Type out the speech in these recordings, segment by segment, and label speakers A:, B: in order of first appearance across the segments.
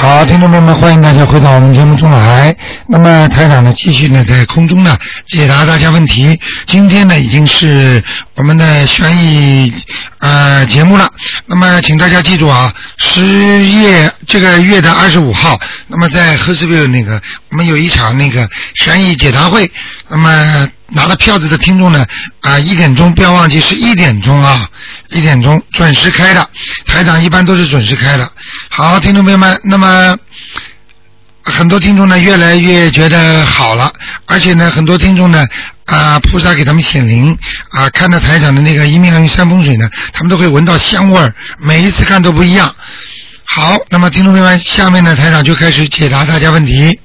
A: 好，听众朋友们，欢迎大家回到我们节目中来。那么台长呢，继续呢在空中呢解答大家问题。今天呢已经是我们的悬疑呃节目了。那么请大家记住啊，十月这个月的二十五号，那么在 h e r s v i l l e 那个我们有一场那个悬疑解答会。那么拿了票子的听众呢，啊、一点钟不要忘记是一点钟啊，一点钟准时开的。台长一般都是准时开的。好，听众朋友们，那么很多听众呢越来越觉得好了，而且呢，很多听众呢啊、菩萨给他们显灵啊、看到台长的那个一命二运三风水呢，他们都会闻到香味儿，每一次看都不一样。好，那么听众朋友们，下面呢，台长就开始解答大家问题。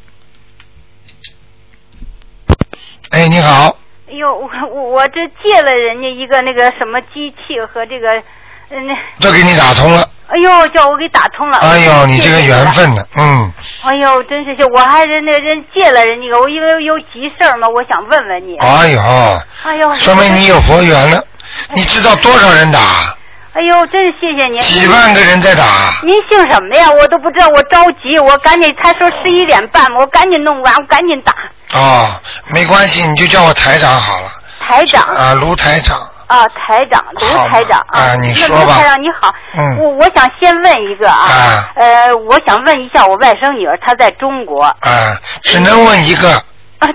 A: 哎，你好，
B: 哎呦，我我我这借了人家一个那个什么机器和这个，嗯，那
A: 这给你打通了。
B: 哎呦，叫我给打通了。
A: 哎呦，你这个
B: 谢谢
A: 缘
B: 了。
A: 分呢，嗯，
B: 哎呦，真是就我还是那人借了人家一个，我因为有急事儿嘛，我想问问你。
A: 哎呦，
B: 哎呦，
A: 说明你有佛缘了。你知道多少人打？
B: 哎呦，真是谢谢您。
A: 几万个人在打。
B: 您姓什么呀？我都不知道，我着急，我赶紧。他说十一点半嘛，我赶紧弄完，我赶紧打。
A: 哦，没关系，你就叫我台长好了。
B: 台长
A: 啊，卢台长。
B: 啊，台长，卢
A: 好
B: 台长
A: 啊你说吧
B: 那卢台长你好，
A: 嗯
B: 我我想先问一个啊，
A: 啊
B: 呃，我想问一下我外甥女儿，她在中国啊，
A: 啊，只能问一个。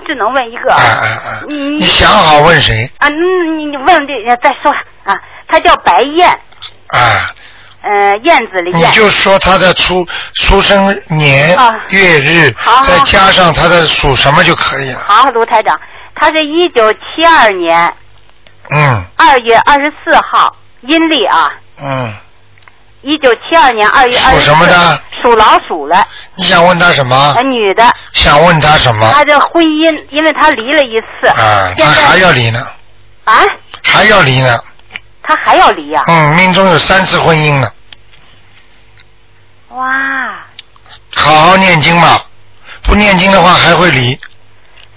B: 只能问一个
A: 啊啊啊！
B: 嗯
A: 你想好问谁？
B: 啊，嗯你你问这再说啊，她叫白燕，
A: 啊，
B: 呃，燕子的
A: 你
B: 燕，
A: 就说他的出出生年
B: 啊
A: 月日
B: 好好，
A: 再加上他的属什么就可以了。
B: 好，卢台长，她是一九七二年
A: 嗯
B: 二月二十四号阴历啊，
A: 嗯，
B: 一九七二年二月二
A: 属
B: 十
A: 什么的？啊
B: 属老鼠的，
A: 你想问他什么
B: 呃，？女的，
A: 想问他什么？
B: 她的婚姻，因为她离了一次，
A: 啊，
B: 现
A: 他
B: 在
A: 还要离呢，
B: 啊。
A: 还要离呢。
B: 他还要离呀、
A: 嗯，命中有三次婚姻呢，
B: 哇，
A: 好好念经吧，不念经的话还会离。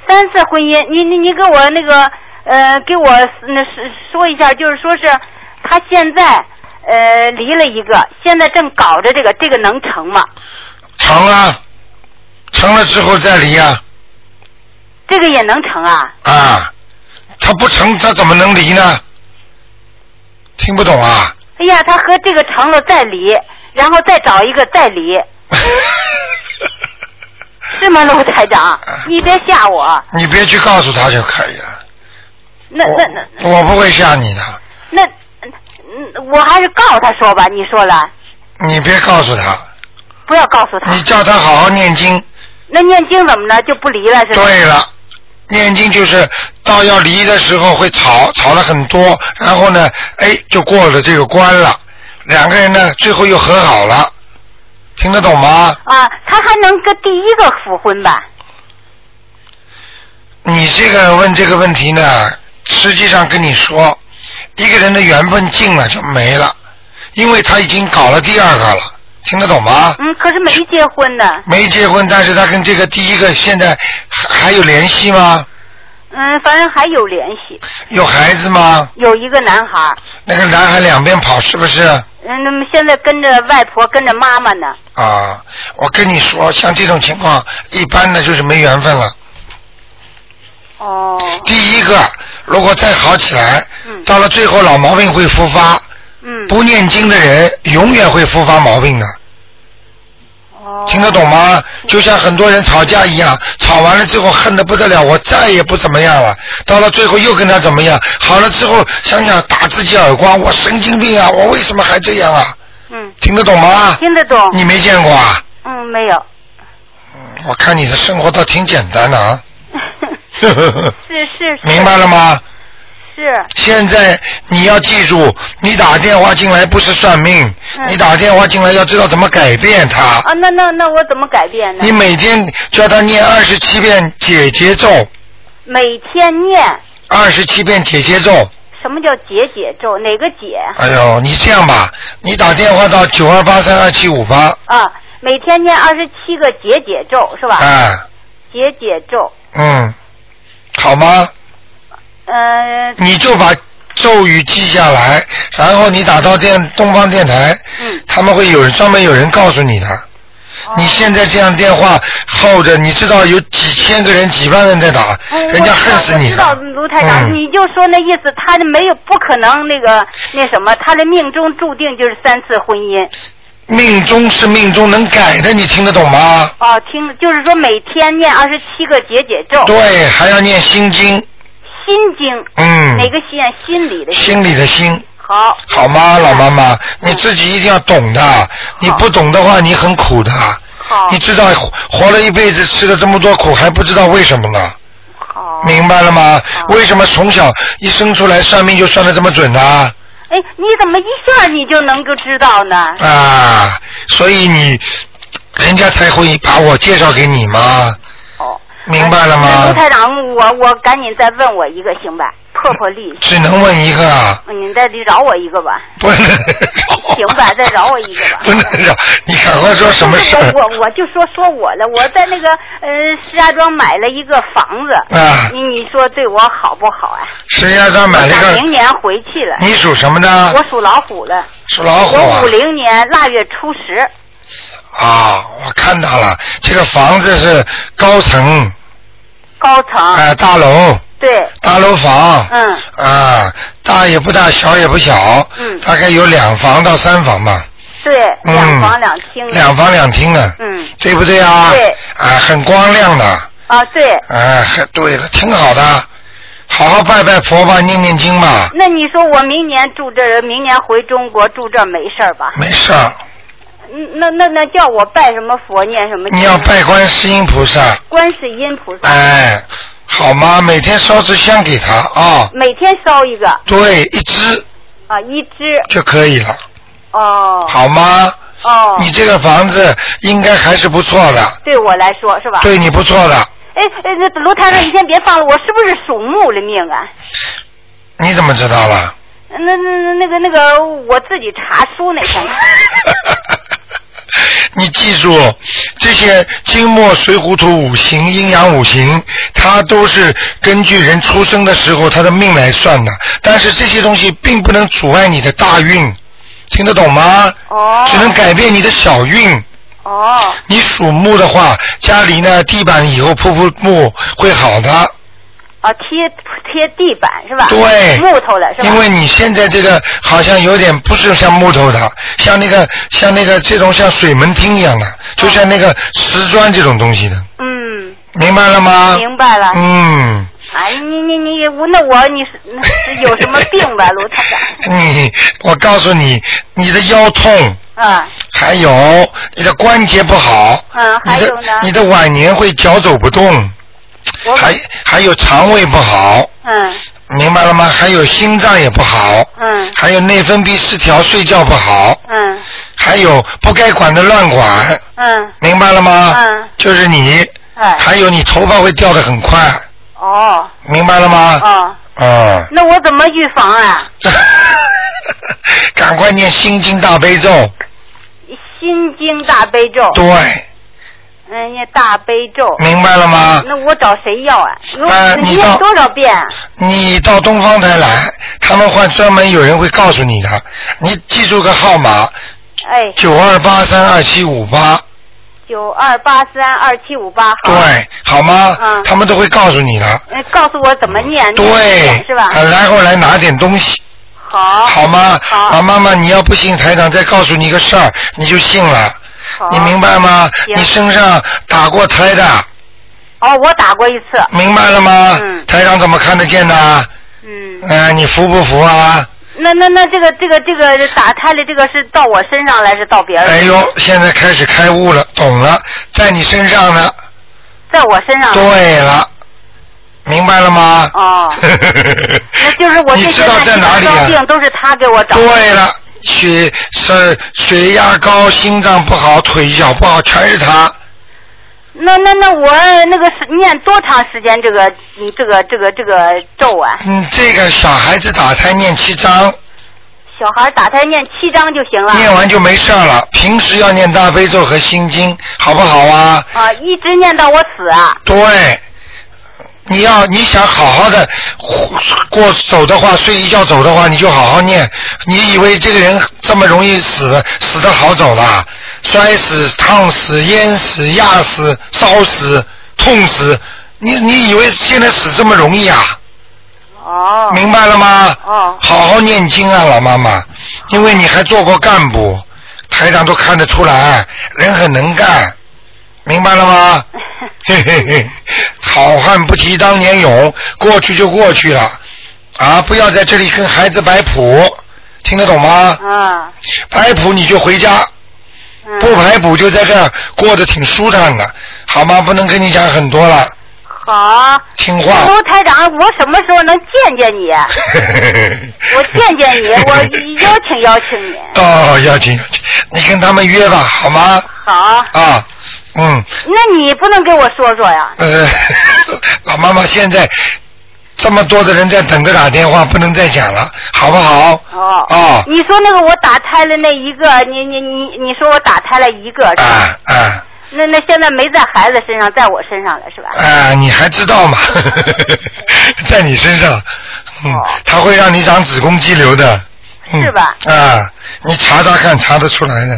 B: 三次婚姻，你你你给我那个呃，给我那是说一下，就是说是他现在呃离了一个，现在正搞着这个，这个能成吗？
A: 成啊，成了之后再离啊
B: 这个也能成啊？
A: 啊，他不成他怎么能离呢？听不懂啊？
B: 哎呀，他和这个成了再离，然后再找一个 再离，是吗，陆台
A: 啊
B: 长？你别吓我，
A: 你别去告诉他就可以了。
B: 那那那
A: 我我不会吓你的，
B: 那，嗯，我还是告他说吧，你说了，
A: 你别告诉他，
B: 不要告诉他
A: 你。叫他好好念经。
B: 那念经怎么了？就不离了是吧？
A: 对了，念经就是到要离的时候会吵，吵了很多，然后呢，哎，就过了这个关了，两个人呢最后又和好了，听得懂吗？
B: 啊，他还能跟第一个复婚吧？
A: 你这个问这个问题呢，实际上跟你说，一个人的缘分尽了就没了，因为他已经搞了第二个了，听得懂吗？
B: 嗯，可是没结婚呢。
A: 没结婚，但是他跟这个第一个现在还还有联系吗？
B: 嗯，反正还有联系，
A: 有孩子吗？
B: 有一个男孩儿，
A: 那个男孩两边跑是不是？
B: 嗯，那么现在跟着外婆，跟着妈妈呢。
A: 啊，我跟你说，像这种情况，一般的就是没缘分了。
B: 哦，
A: 第一个，如果再好起来，
B: 嗯
A: 到了最后老毛病会复发，
B: 嗯，
A: 不念经的人永远会复发毛病的，
B: 哦，
A: 听得懂吗？就像很多人吵架一样，吵完了之后恨得不得了，我再也不怎么样了，到了最后又跟他怎么样？好了之后想想打自己耳光，我神经病啊，我为什么还这样啊？
B: 嗯，
A: 听得懂吗？
B: 听得懂。
A: 你没见过啊？
B: 哦嗯，没有。
A: 我看你的生活倒挺简单的啊。
B: 是是是。
A: 明白了吗？
B: 是，
A: 现在你要记住，你打电话进来不是算命，
B: 嗯
A: 你打电话进来要知道怎么改变它。
B: 啊，那那那我怎么改变呢
A: 你？每天叫他念啊二十七遍解结咒，
B: 每天念，
A: 二十七遍解结咒。
B: 什么叫解解咒？哪个解？
A: 哎呦，你这样吧，你打电话到九二八三二七五八，
B: 啊，每天念二十七个解解咒是吧？
A: 哎，
B: 解解咒，
A: 嗯，好吗？
B: 呃，
A: 你就把咒语记下来，然后你打到电东方电台，
B: 嗯哦
A: 他们会有人专门有人告诉你的。你现在这样电话耗着，你知道有几千个人、几万人在打，
B: 嗯
A: 人家恨死你
B: 我知
A: 了。
B: 道卢台长，
A: 嗯
B: 你就说那意思，他没有不可能那个那什么，他的命中注定就是三次婚姻。
A: 命中是命中，能改的，你听得懂吗？
B: 哦，听就是说每天念二十七个解解咒，
A: 对，还要念心经，
B: 心经，
A: 嗯，
B: 哪个心啊？心里的心。
A: 心里的心，
B: 好，嗯
A: 好吗，老妈妈？你自己一定要懂的，你不懂的话，你很苦的。
B: 好，
A: 你知道活活了一辈子吃了这么多苦，还不知道为什么呢？
B: 好。
A: 明白了吗？为什么从小一生出来算命就算的这么准呢、啊？
B: 哎，你怎么一下你就能够知道呢？
A: 啊所以你人家才会把我介绍给你嘛，
B: 哦，
A: 明白了
B: 哎
A: 吗
B: 卢？台长，我我赶紧再问我一个行吧，破破例，嗯
A: 只能问一个啊，
B: 你再饶我一个吧。
A: 不能
B: 行吧再饶我一个吧
A: 不能饶，你 赶快说什么事
B: 就是
A: 儿
B: 我我我就说说我的，我在那个呃石家庄买了一个房子，
A: 啊？
B: 你你说对我好不好啊？
A: 石家庄买了
B: 我想
A: 个
B: 明，年回去了，
A: 你属什么呢
B: 我？属老虎的，
A: 属老虎啊
B: 我五。零年腊月初十，
A: 啊，我看到了，这个房子是高层，
B: 高层，
A: 哎、大楼，
B: 对，
A: 大楼房。
B: 嗯
A: 啊，大也不大，小也不小，
B: 嗯
A: 大概有两房到三房吧，
B: 对，
A: 嗯
B: 两房两厅，
A: 两房两厅的，
B: 嗯，
A: 对不对啊？
B: 对
A: 啊，很光亮的，
B: 啊对，
A: 啊，还对了，挺好的，好好拜拜佛吧，念念经吧，
B: 那你说我明年住这儿，明年回中国住这儿没事儿吧？
A: 没事儿。
B: 嗯那那那叫我拜什么佛念什么经？
A: 你要拜观世音菩萨，
B: 观世音菩萨，
A: 哎，好吗？每天烧支香给他啊、
B: 每天烧一个
A: 对，一支
B: 啊，一支
A: 就可以了，
B: 哦
A: 好吗？
B: 哦，
A: 你这个房子应该还是不错的，
B: 对我来说是吧？
A: 对你不错的。
B: 哎哎，那卢太长，你先别放了，我是不是属木的命啊？
A: 你怎么知道了？
B: 那那那那个那个，我自己查书那天。
A: 你记住，这些金木水火土五行、阴阳五行，它都是根据人出生的时候他的命来算的。但是这些东西并不能阻碍你的大运，听得懂吗？
B: 哦
A: 只能改变你的小运。
B: 哦
A: 你属木的话，家里呢地板以后铺铺木会好的，
B: 啊，贴贴地板是吧？
A: 对
B: 木头的是吧？
A: 因为你现在这个好像有点不是像木头的，像那个像那个这种像水门厅一样的，就像那个瓷砖这种东西的，
B: 嗯，
A: 明白了吗？
B: 明白了。
A: 嗯，
B: 哎，你你你，我那我你是那是有什么病吧，卢太太？
A: 你嗯我告诉你，你的腰痛，
B: 啊，
A: 还有你的关节不好，
B: 嗯还有
A: 你
B: 呢
A: 的你的晚年会脚走不动，
B: 我
A: 还还有肠胃不好，
B: 嗯
A: 明白了吗？还有心脏也不好，
B: 嗯
A: 还有内分泌失调，睡觉不好，
B: 嗯
A: 还有不该管的乱管，
B: 嗯，
A: 明白了吗？
B: 嗯
A: 就是你，
B: 哎，
A: 还有你头发会掉得很快，
B: 哦
A: 明白了吗？
B: 哦，
A: 嗯，
B: 那我怎么预防啊？
A: 赶快念心经大悲咒，
B: 心经大悲咒，
A: 对，
B: 嗯，念大悲咒。
A: 明白了吗？
B: 那我找谁要啊？我
A: 呃你到
B: 念多少遍啊？
A: 你到东方台来，他们会专门有人会告诉你的，你记住个号码
B: 哎，
A: 九二八三二七五八。
B: 九二八三二七五八，好。
A: 对，好吗？
B: 嗯
A: 他们都会告诉你的。
B: 呃。告诉我怎么念，
A: 对，
B: 是吧？
A: 呃然后来拿点东西，
B: 好，
A: 好吗？
B: 好
A: 老妈妈，你要不信台长再告诉你一个事儿，你就信了，
B: 好
A: 你明白吗？
B: 行
A: 你身上打过胎的，
B: 哦，我打过一次，
A: 明白了吗？
B: 嗯
A: 台长怎么看得见的？
B: 嗯，
A: 呃，你服不服啊？
B: 那那那这个这个这个打胎的这个是到我身上来是到别人？
A: 哎呦，现在开始开悟了，懂了，在你身上呢。
B: 在我身上。。
A: 对了，明白了吗？
B: 哦 那就是哎我
A: 你
B: 这
A: 知
B: 些
A: 道在哪
B: 乱七
A: 里
B: 八
A: 啊
B: 糟？病都是他给我找的。
A: 对了，血是血压高，心脏不好，腿脚不好，全是他。
B: 那那那我那个是念多长时间这个嗯这个这个这个咒啊？
A: 嗯，这个小孩子打胎念七章，
B: 小孩打胎念七章就行了。
A: 念完就没事儿了。平时要念大悲咒和心经，好不好啊？
B: 啊，一直念到我死啊！
A: 对，你要你想好好的过走的话，睡一觉走的话，你就好好念。你以为这个人这么容易死，死的好走啦？摔死、烫死、淹死、压死、烧死、痛死，你你以为现在死这么容易啊？
B: 哦。
A: 明白了吗？
B: 哦。
A: 好好念经啊，老妈妈，因为你还做过干部，台长都看得出来，人很能干，明白了 吗？嘿嘿嘿，好汉不提当年勇，过去就过去了，啊，不要在这里跟孩子摆谱，听得懂吗？
B: 嗯
A: 摆谱你就回家，
B: 嗯。
A: 不摆谱就在这儿过得挺舒坦的，好吗？不能跟你讲很多了，
B: 好。
A: 听话。
B: 卢台长，我什么时候能见 见你？我见见你，我邀请邀请你。
A: 哦，邀请邀请，你跟他们约吧，好吗？
B: 好，
A: 啊，嗯，
B: 那你不能给我说说呀？
A: 呃， 老妈妈现在这么多的人在等着打电话，不能再讲了，好不好？
B: 哦。
A: 哦
B: 你说那个我打胎了那一个，你你你你说我打胎了一个，是吧
A: 啊啊
B: 那那现在没在孩子身上，在我身上了是吧？
A: 啊！你还知道吗？ 在你身上，嗯
B: 哦，
A: 它会让你长子宫肌瘤的，嗯、
B: 是吧？
A: 啊，你查查看，查得出来的。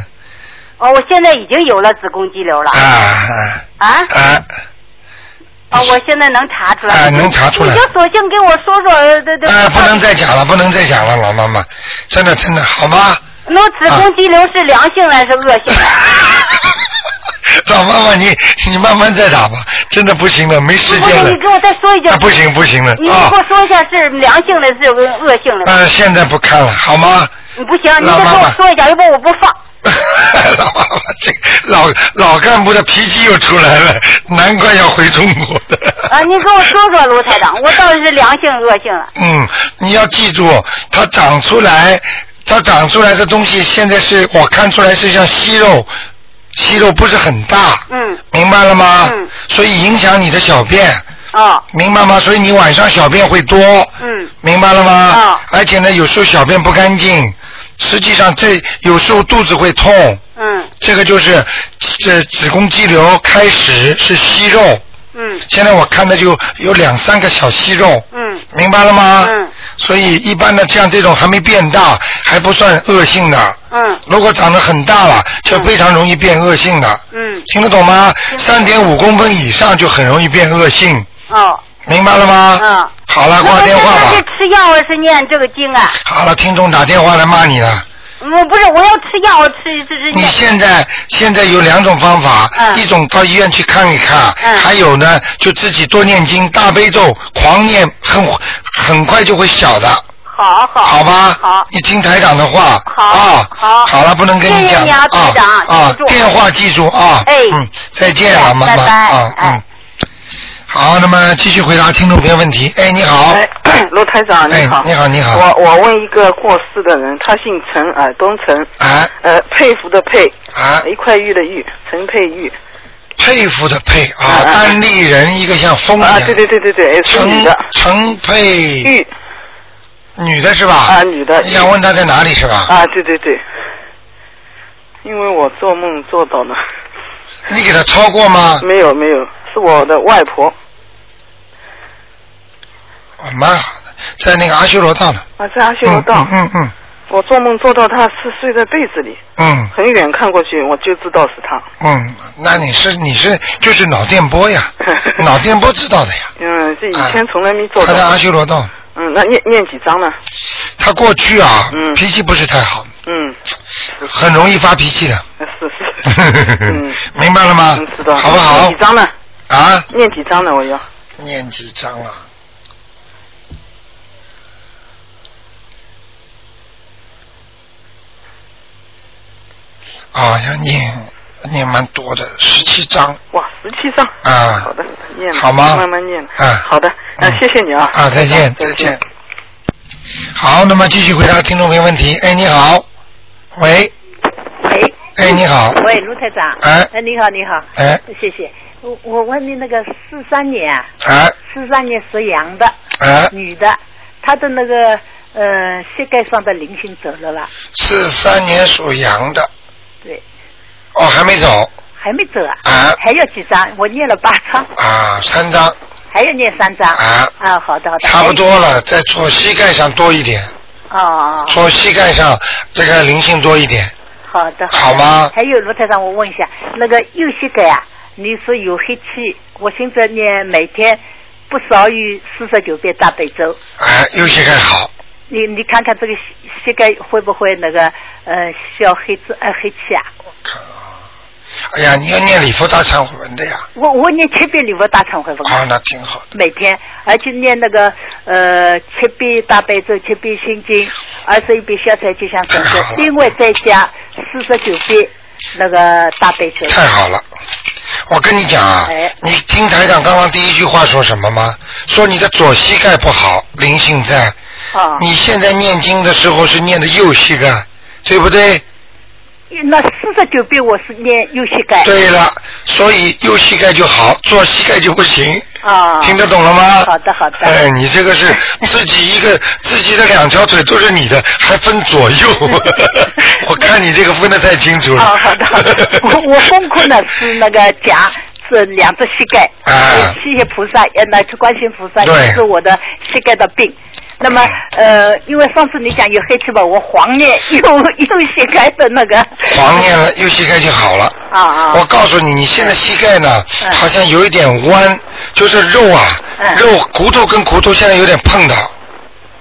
B: 哦，我现在已经有了子宫肌瘤了
A: 啊啊
B: 啊！
A: 啊！
B: 哦，我现在能查出来。
A: 啊能查出来
B: 你就索性给我说说，呃对对。
A: 啊，不能再讲了，不能再讲了，老妈妈，真的真的，好吗？
B: 那子
A: 啊
B: 宫肌瘤是良性的还是恶性的？
A: 老妈妈，你你慢慢再打吧，真的不行了，没时
B: 不
A: 间
B: 是，
A: 了
B: 你，给我再说一句
A: 啊，。不行不行了
B: 你你
A: 啊
B: 给我，说一下是良性的，是恶恶性的。
A: 呃，现在不看了，好吗？
B: 你不行，你
A: 老
B: 再
A: 妈
B: 给我
A: 妈
B: 说一下，要不我不 放。
A: 老妈妈，这个老老干部的脾气又出来了，难怪要回中国的。
B: 啊，你给我说说，卢台长，我到底是良性恶性了？
A: 嗯，你要记住，它长出来，它长出来的东西，现在是我看出来是像息肉，息肉不是很大，
B: 嗯，
A: 明白了吗？
B: 嗯
A: 所以影响你的小便，
B: 哦，
A: 明白吗？所以你晚上小便会多。
B: 嗯，
A: 明白了吗？
B: 啊
A: 而且呢，有时候小便不干净，实际上这有时候肚子会痛，
B: 嗯，
A: 这个就是这子宫肌瘤开始是息肉，
B: 嗯，
A: 现在我看的就有两三个小息肉，
B: 嗯，
A: 明白了吗？
B: 嗯，
A: 所以一般的像这种还没变大，还不算恶性的。
B: 嗯，
A: 如果长得很大了，就非常容易变恶性的，
B: 嗯，
A: 听得懂吗？
B: 听
A: 三点五公分以上就很容易变恶性，
B: 哦，
A: 明白了吗？
B: 嗯。
A: 好了，
B: 那
A: 挂
B: 我
A: 电
B: 现
A: 话吧。
B: 在是吃药还是念这个经啊？
A: 好了，听众打电话来骂你了。
B: 我不是，我要吃药，我吃吃吃
A: 你
B: 念。
A: 嗯现在现在有两种方法，
B: 嗯
A: 一种到医院去看一看，
B: 嗯
A: 还有呢就自己多念经，大悲咒狂念，很很快就会小的，
B: 好好。
A: 好吧？
B: 好。
A: 你听台长的话。
B: 好
A: 啊，
B: 好
A: 好了，不能跟
B: 谢谢
A: 讲
B: 你
A: 了
B: 啊
A: 啊
B: 台长
A: 啊
B: 记住，
A: 电话记住啊。
B: 哎
A: 嗯，再见了，
B: 拜
A: 妈妈
B: 拜
A: 啊，嗯
B: 哎。
A: 好，那么继续回答听众朋友问题。哎，你好，
C: 哎， 卢台长你好
A: 哎，你好你好
C: 我我问一个过世的人，他姓陈，耳东陈，
A: 哎
C: 呃，佩服的佩，
A: 啊，
C: 一块玉的玉，陈佩玉。
A: 佩服的佩啊，
C: 嗯嗯嗯
A: 单立人一个像风一样
C: 啊，对对对对对，是
A: 陈
C: 女的，
A: 陈佩，
C: 玉
A: 女的是吧？
C: 啊女的
A: 你想问她在哪里是吧？
C: 啊，对对对。因为我做梦做到了，
A: 你给她超过吗？
C: 没有没有，是我的外婆，
A: 啊蛮好的，在那个阿修罗道了。
C: 啊，在阿修罗道，
A: 嗯嗯
C: 我做梦做到她是睡在被子里，
A: 嗯
C: 很远看过去我就知道是她。
A: 嗯嗯，那你是你是就是脑电波 呀，脑电波知道的呀。
C: 嗯，这以前从来没做
A: 她
C: 到。
A: 在阿修罗道，
C: 嗯，那念念几张呢？
A: 她过去啊
C: 嗯
A: 脾气不是太好，
C: 嗯，
A: 很容易发脾气的。
C: 是是。嗯。
A: 明白了吗
C: 嗯，知？道。
A: 好不好
C: 念几？张呢？
A: 啊，
C: 念几张呢？我要。
A: 念几张啊？啊，要念念蛮多的，十七张
C: 哇，十七张。
A: 啊
C: 好的，念吧。
A: 好吗
C: 慢慢念。
A: 嗯
C: 好的，那
A: 嗯
C: 谢谢你啊。
A: 啊，再见，
C: 再
A: 再见。好，那么继续回答听众朋友问题。哎，你好，喂，
D: 喂，嗯
A: 哎，你好，
D: 哦喂，卢台长，
A: 哎
D: 哎，你好，你好，
A: 哎，
D: 谢谢。我我问你，那个四三年啊，
A: 哎，
D: 四三年属羊的
A: 哎，
D: 女的，她的那个呃膝盖上的灵性走了吧？
A: 四三年属羊的，
D: 对，
A: 哦，还没走
D: 还没走啊？
A: 啊
D: 还要几张？我念了八张，
A: 啊，三张，
D: 还要念三张。
A: 啊
D: 啊，好的好的。
A: 差不多了，在左膝盖上多一点，
D: 哎。哦，哦
A: 左膝盖上这个灵性多一点，
D: 好的。
A: 好吗？
D: 还有罗台长，我问一下，那个右膝盖啊，你说有黑气，我现在念每天不少于四十九遍大悲咒，
A: 哎，右膝盖好，
D: 你你看看这个膝膝盖会不会那个呃需要黑字呃黑气啊？
A: 看啊，哎呀，你要念礼佛大忏悔文的呀，
D: 我我念七遍礼佛大忏悔文啊，
A: 啊，那挺好的，
D: 每天，而且念那个呃七遍大悲咒、七遍心经、二十一遍消灾吉祥
A: 太
D: 神
A: 好了
D: 咒，另外再加四十九遍那个大悲咒。
A: 太好了。我跟你讲啊
D: 哎，
A: 你听台长刚刚第一句话说什么吗？说你的左膝盖不好，灵性在。
B: 哦
D: 啊，
A: 你现在念经的时候是念的右膝盖，对不对？
D: 那四十九遍我是念右膝盖。
A: 对了，所以右膝盖就好，左膝盖就不行。
D: 啊，
A: 听得懂了吗？
D: 好的好的
A: 哎，你这个是 自己一个自己的两条腿都是你的，还分左 右。我看你这个分得太清楚了。
D: 哦，好的好的，我 我功课呢是那个讲这两只膝盖，
A: 啊
D: 谢谢菩萨，呃，乃至观世音菩萨医
A: 对
D: 治我的膝盖的病。那么，呃，因为上次你讲有黑气吧，我黄念 右右膝盖的那个
A: 黄念了，右膝盖就好了。
D: 啊啊
A: 我告诉你，你现在膝盖呢，
D: 嗯
A: 好像有一点弯，就是肉啊，
D: 嗯
A: 肉骨头跟骨头现在有点碰到，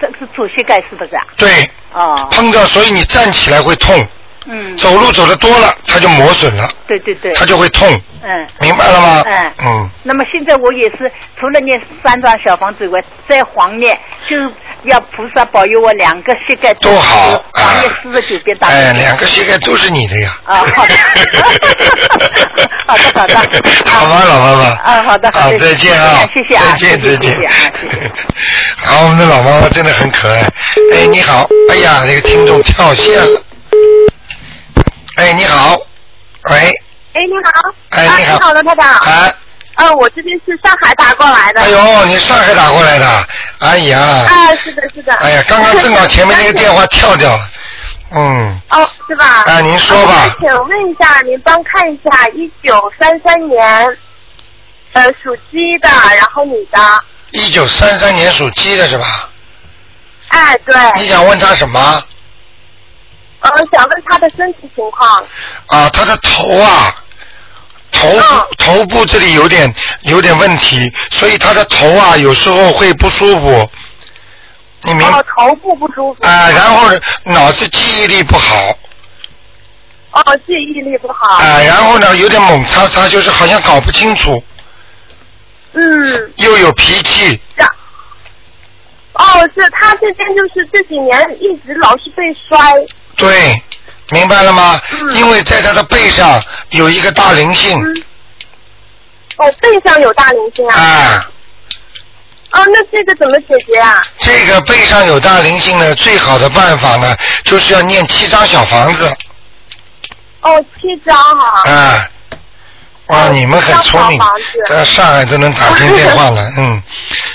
D: 这是左膝盖是不是啊？
A: 对，
D: 哦，
A: 碰到，所以你站起来会痛，
D: 嗯，
A: 走路走的多了，它就磨损了，
D: 对对对，
A: 它就会痛，
D: 嗯。
A: 明白了吗？
D: 嗯
A: 嗯，
D: 那么现在我也是除了念三张小房子以外，再黄念，就是要菩萨保佑我两个膝盖
A: 都好
D: 是黄念
A: 啊
D: 四十九遍大悲
A: 哎，
D: 咒
A: 两个膝盖都是你的呀。
D: 啊好的好的好的
A: 好吧，老妈妈。
D: 啊好的好的
A: 再见啊，
D: 谢谢啊
A: 再见，
D: 谢
A: 再
D: 谢
A: 见
D: 谢谢啊谢谢。
A: 好，我们的老妈妈真的很可爱。哎，你好，哎呀，这个听众跳线了。哎，你好，喂，
E: 哎，你好。
A: 哎
E: 啊
A: 你好
E: 你好，罗台长。
A: 哎，
E: 啊，我这边是上海打过来的。
A: 哎呦，你上海打过来的，哎呀，
E: 啊，是的，是的。
A: 哎呀，刚刚正好前面那个电
E: 话。
A: 话跳掉了，嗯，
E: 哦，是吧？
A: 啊您说吧
E: 啊请问一下，您帮看一下，一九三三年，呃，属鸡的，然后女的。
A: 一九三三年属鸡的是吧？
E: 哎，对，
A: 你想问他什么？
E: 呃，想问她的身体情况。
A: 啊，他的头啊，头部、
E: 嗯
A: 头部这里有点有点问题，所以他的头啊有时候会不舒服，你明啊、
E: 哦，头部不舒服。
A: 然后脑子记忆力不好
E: 哦，记忆力不好。
A: 啊、然后呢有点猛叉叉，就是好像搞不清楚，
E: 嗯，
A: 又有脾气，
E: 让。哦，是她这边就是这几年一直老是被摔。
A: 对，明白了吗？
E: 嗯
A: 因为在他的背上有一个大灵性
E: 嗯。哦，背上有大灵性
A: 啊、
E: 啊。哦，那这个怎么解决啊？
A: 这个背上有大灵性呢，最好的办法呢就是要念七张小房子。
E: 哦，七张哈、
A: 啊，哇，
E: 哦
A: 你们很聪明
E: 七张小房子，
A: 在上海都能打进电话了，嗯，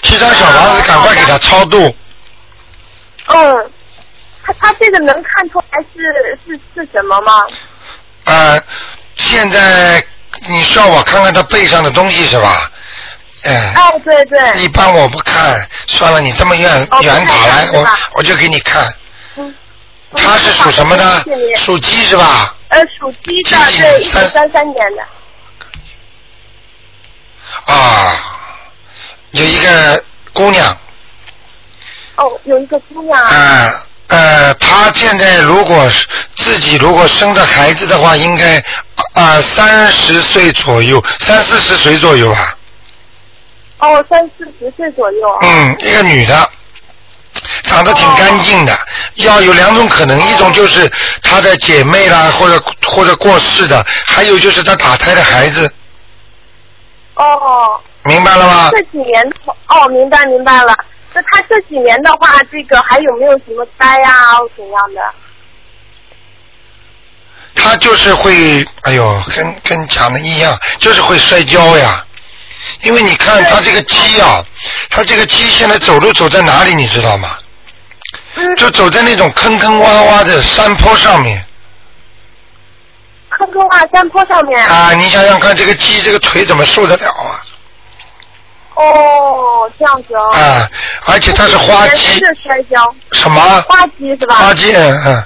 A: 七张小房子，赶快给他超度。
E: 嗯，他他这个能看出来是是是什么吗？
A: 呃，现在你需要我看看他背上的东西是吧？哎，
E: 哎，对对，
A: 一般我不看，算了，你这么远
E: 哦不看
A: 远打来，
E: 是
A: 我
E: 吧
A: 我就给你看。
E: 嗯，
A: 他是属什么的
E: 谢谢你？
A: 属鸡是吧？
E: 呃，属鸡的，
A: 鸡
E: 对，一九
A: 三
E: 三三年的。
A: 啊，有一个姑娘，
E: 哦，有一个姑娘。
A: 啊，呃，他现在如果是自己如果生的孩子的话，应该啊三十岁左右，三四十岁左右吧。
E: 哦，三四十岁左右。
A: 嗯，一个女的，长得挺干净的。要有两种可能，一种就是她的姐妹啦，或者或者过世的，还有就是她打胎的孩子，
E: 哦，
A: 明白了吗？
E: 这几年的话哦，明白明白了。那他这几年的话，这个还有没有什么灾呀、或怎样的？
A: 她就是会，哎呦，跟跟讲的一样，就是会摔跤呀。因为你看她这个鸡啊，她这个鸡现在走路走在哪里，你知道吗？
E: 嗯，
A: 就走在那种坑坑洼洼的山坡上面
E: 坑坑洼山坡上面。
A: 啊啊！你想想看，这个鸡这个腿怎么受得了啊？
E: 哦，这样子哦。
A: 啊，而且它是花
E: 是
A: 鸡，
E: 摔跤，
A: 什么？
E: 花鸡是吧？
A: 花鸡，嗯嗯，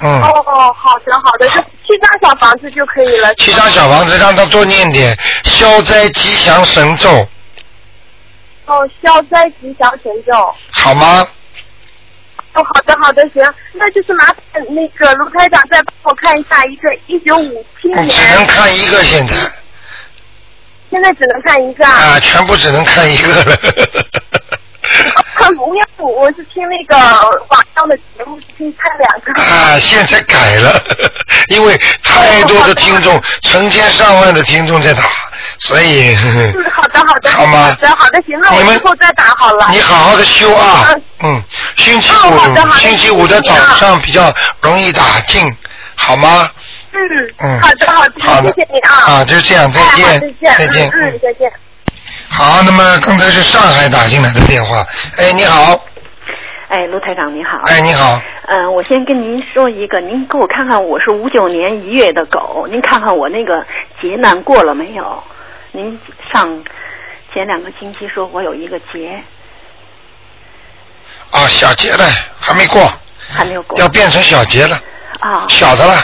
A: 嗯。啊
E: 哦哦，好的好的，就七张小房子就可以了。
A: 七张小房子让他多念点消灾吉祥神咒，
E: 哦，消灾吉祥神咒。
A: 好吗？
E: 哦，好的好的，行，那就是麻烦那个卢台长再帮我看一下一个一九五七
A: 你只能
E: 年，
A: 看一个现在
E: 现在只能看一个啊。
A: 啊，全部只能看一个了。
E: 不要，我是听那个网上的节目，可以看两个。
A: 啊，现在改了， 因为太多的听
E: 哦
A: 众，成千上万的听众在打，所以呵呵
E: 嗯，好的，好的，
A: 好吗
E: 的，好的，行，那
A: 你
E: 我
A: 们
E: 之后再打好了。
A: 你好好的修啊，嗯，星期
E: 哦好的好
A: 五
E: 的
A: 星期五的早上比较容易打进，好吗？
E: 嗯，
A: 嗯
E: 好的，好
A: 好
E: 的，
A: 的
E: 谢谢你啊。
A: 啊，就这样，再
E: 哎好
A: 见，
E: 再
A: 再见，
E: 嗯，嗯再见。
A: 好，那么刚才是上海打进来的电话。哎，你好，
F: 哎，卢台长你好。
A: 哎，你好，
F: 嗯、我先跟您说一个，您给我看看，我是五九年一月的狗，您看看我那个劫难过了没有？您上前两个星期说我有一个劫
A: 啊，小杰了，还没过，
F: 还没有过
A: 要变成小杰了，
F: 啊。
A: 小的了，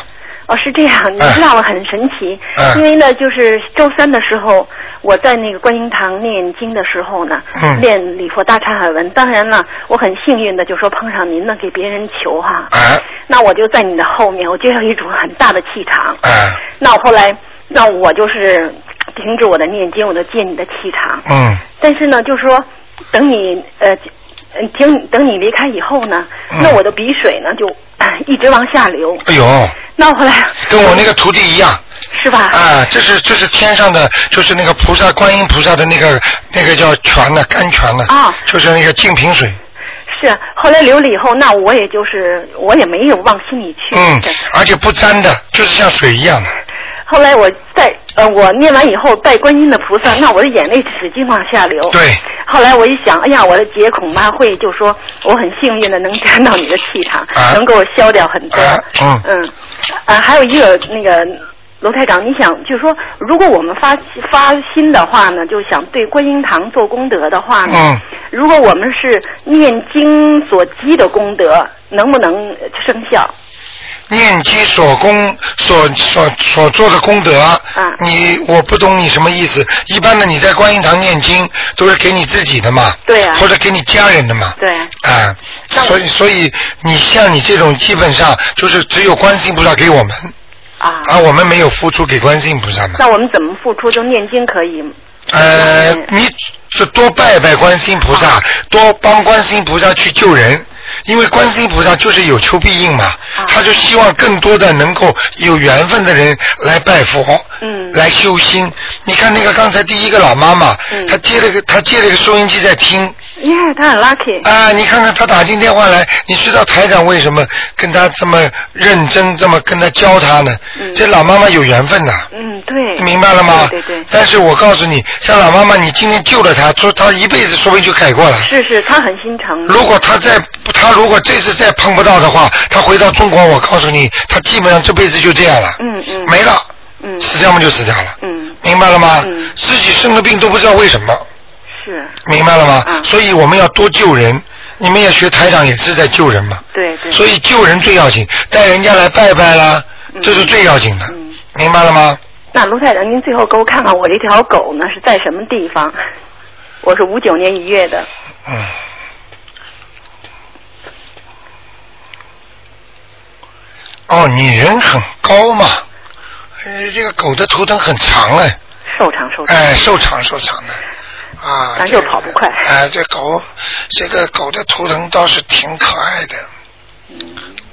F: 哦，是这样，你
A: 哎
F: 知道了，很神奇。
A: 哎
F: 因为呢，就是周三的时候，我在那个观音堂念经的时候呢，
A: 嗯
F: 念礼佛大忏悔文。当然了，我很幸运的就说碰上您呢，给别人求哈、
A: 哎
F: 那我就在你的后面，我觉得有一种很大的气场。
A: 哎，
F: 那我后来，那我就是停止我的念经，我就借你的气场。
A: 嗯，
F: 但是呢，就说等你呃，呃停等你离开以后呢，
A: 嗯
F: 那我的鼻水呢就 哎一直往下流。
A: 哎呦，
F: 那后来
A: 跟我那个徒弟一样，
F: 是吧？
A: 啊，这是这是天上的，就是那个菩萨观音菩萨的那个那个叫泉呢，甘泉呢，
F: 啊
A: 就是那个净瓶水，
F: 是后来流了以后，那我也就是我也没有往心里去。
A: 嗯
F: 这，
A: 而且不沾的，就是像水一样的，
F: 后来我在呃，我念完以后拜观音的菩萨，那我的眼泪使劲往下流。
A: 对。
F: 后来我一想，哎呀，我的劫恐怕会，就说我很幸运的能沾到你的气场，
A: 啊
F: 能给我消掉很多。
A: 啊嗯
F: 嗯，啊，还有一个那个。罗台长，你想，就说，如果我们发发心的话呢，就想对观音堂做功德的话呢，
A: 嗯，
F: 如果我们是念经所积的功德，能不能生效？
A: 念经所功所所所做的功德，啊
F: 嗯
A: 你我不懂你什么意思。一般的你在观音堂念经都是给你自己的嘛，
F: 对啊
A: 或者给你家人的嘛，
F: 对
A: 啊、
F: 那我
A: 所以所以你像你这种基本上就是只有观世音菩萨给我们，
F: 啊
A: 而我们没有付出给观世音菩萨嘛，
F: 那我们怎么付出？就念经可以吗？
A: 呃
F: 嗯，
A: 你只多拜拜观世音菩
F: 啊
A: 萨，多帮观世音菩萨去救人。因为观世音菩萨就是有求必应嘛，
F: 啊
A: 他就希望更多的能够有缘分的人来拜佛，
F: 嗯
A: 来修心。你看那个刚才第一个老妈妈，
F: 嗯
A: 她接了个她接了个收音机在听，
F: 耶、他很 lucky。
A: 啊，你看看他打进电话来，你知道台长为什么跟他这么认真，这么跟他教他呢？
F: 嗯
A: 这老妈妈有缘分呐、
F: 嗯，对。
A: 明白了吗？
F: 对对对
A: 但是我告诉你，像老妈妈，你今天救了她，说她一辈子说不定就改过了。
F: 是是，他很心诚。
A: 啊如果她再她如果这次再碰不到的话，她回到中国，我告诉你，她基本上这辈子就这样了，
F: 嗯嗯
A: 没了，
F: 嗯
A: 死掉嘛就死掉了，
F: 嗯
A: 明白了吗？
F: 嗯
A: 自己生了病都不知道为什么。
F: 是，
A: 明白了吗？
F: 嗯
A: 所以我们要多救人。你们也学台长也是在救人嘛，
F: 对对。
A: 所以救人最要紧，带人家来拜拜啦，
F: 嗯
A: 这是最要紧的，
F: 嗯
A: 明白了吗？
F: 那卢太长，您最后给我看看我这条狗呢是在什么地方？我是五九年一月的，
A: 嗯。哦，你人很高嘛，呃，这个狗的图腾很长哎、
F: 瘦长瘦长。
A: 哎，受长受长的，啊，
F: 咱
A: 这
F: 就
A: 个
F: 跑不快
A: 哎，这狗，这个狗的图腾倒是挺可爱的，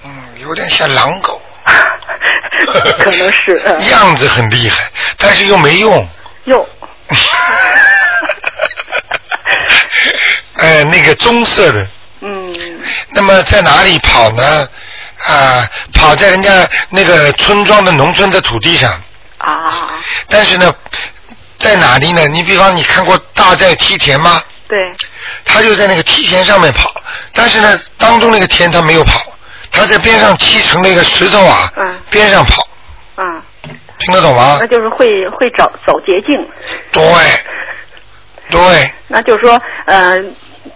A: 嗯，有点像狼狗，
F: 可能是。嗯
A: 样子很厉害，但是又没用。
F: 哟，
A: 哎，那个棕色的，
F: 嗯，
A: 那么在哪里跑呢？啊，跑在人家那个村庄的农村的土地上，
F: 啊，
A: 但是呢，在哪里呢？你比方你看过《大寨梯田》吗？
F: 对，
A: 他就在那个梯田上面跑，但是呢，当中那个田他没有跑，他在边上砌成那个石头啊，
F: 嗯
A: 边上跑，
F: 嗯，
A: 听得懂吗
F: 那？就是会会找走捷径。
A: 对，对，
F: 那就是说，呃，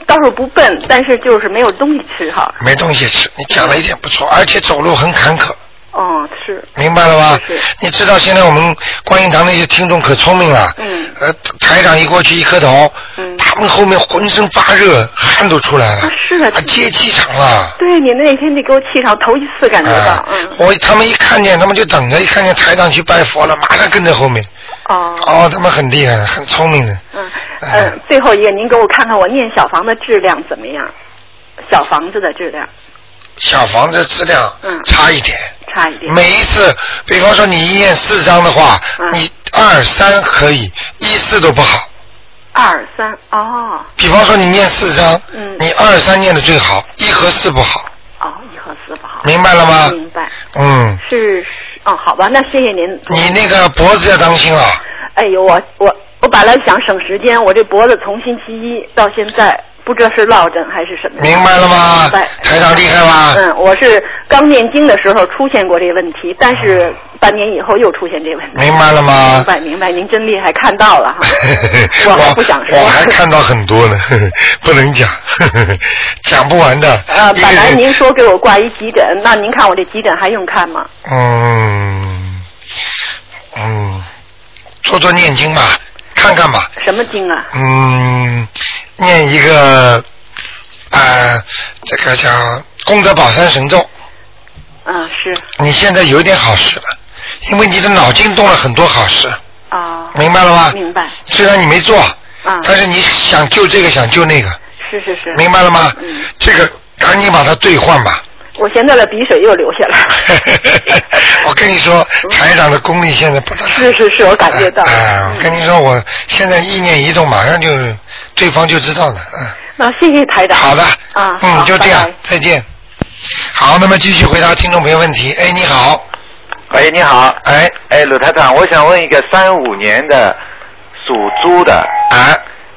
F: 倒是不笨，但是就是没有东西吃哈。
A: 没东西吃。你讲了一点不错，而且走路很坎坷，
F: 嗯哦，是，
A: 明白了吧
F: 是？
A: 你知道现在我们观音堂那些听众可聪明了，
F: 嗯
A: 呃，台长一过去一磕头，
F: 嗯
A: 他们后面浑身发热，汗都出来了，
F: 啊是啊
A: 啊，接气场了。
F: 对你那天你给我气上，头一次感觉到
A: 啊，
F: 嗯，，
A: 我他们一看见，他们就等着，一看见台长去拜佛了，马上跟在后面。
F: 哦，
A: 哦，他们很厉害，很聪明的。
F: 嗯，呃，最后一个，您给我看看我念小房的质量怎么样？小房子的质量
A: 小房子质量
F: 嗯
A: 差一点，
F: 差一点，
A: 每一次，比方说你一念四张的话，
F: 嗯
A: 你二三可以，一四都不好。
F: 二三，哦，
A: 比方说你念四张，
F: 嗯
A: 你二三念的最好，一和四不好，
F: 哦，一和四不好，
A: 明白了吗？
F: 明白，
A: 嗯，
F: 是，是哦，好吧，那谢谢您。
A: 你那个脖子要当心啊，
F: 哎呦，我我我本来想省时间，我这脖子从星期一到现在，不知道是落枕还是什么。
A: 明白了吗
F: 明白？
A: 台长厉害吧？
F: 嗯，我是刚念经的时候出现过这个问题，但是半年以后又出现这个问题。
A: 明白了吗。
F: 明？白明白，您真厉害，看到了哈我还不想说。
A: 我还看到很多呢， 不能讲， 讲不完的。
F: 呃，
A: 一
F: 本
A: 个
F: 来
A: 人
F: 您说给我挂一急诊，那您看我这急诊还用看吗？
A: 嗯嗯，做做念经吧，看看吧。
F: 什么经啊？
A: 嗯，念一个呃，这个叫功德宝山神咒。
F: 嗯，是
A: 你现在有一点好事了，因为你的脑筋动了很多好事，
F: 啊，
A: 明白了吗？
F: 明白
A: 虽然你没做，
F: 啊，
A: 但是你想救这个，想救那个，
F: 是是是。
A: 明白了吗
F: 嗯？
A: 这个赶紧把它兑换吧。。
F: 我现在的鼻水又流下来
A: 我跟你说，台长的功力现在不得了。
F: 哦是是是，我感觉到。嗯
A: 啊、啊我跟你说，我现在意念一动，马上就对方就知道了。嗯、
F: 那谢谢台长。
A: 好的。
F: 啊，
A: 嗯，
F: 好
A: 就这样，
F: 拜拜
A: 再见。好，那么继续回答听众朋友问题。哎，你好，
G: 喂，你好，
A: 哎，
G: 哎，鲁台长，我想问一个三五年的属猪的，
A: 啊，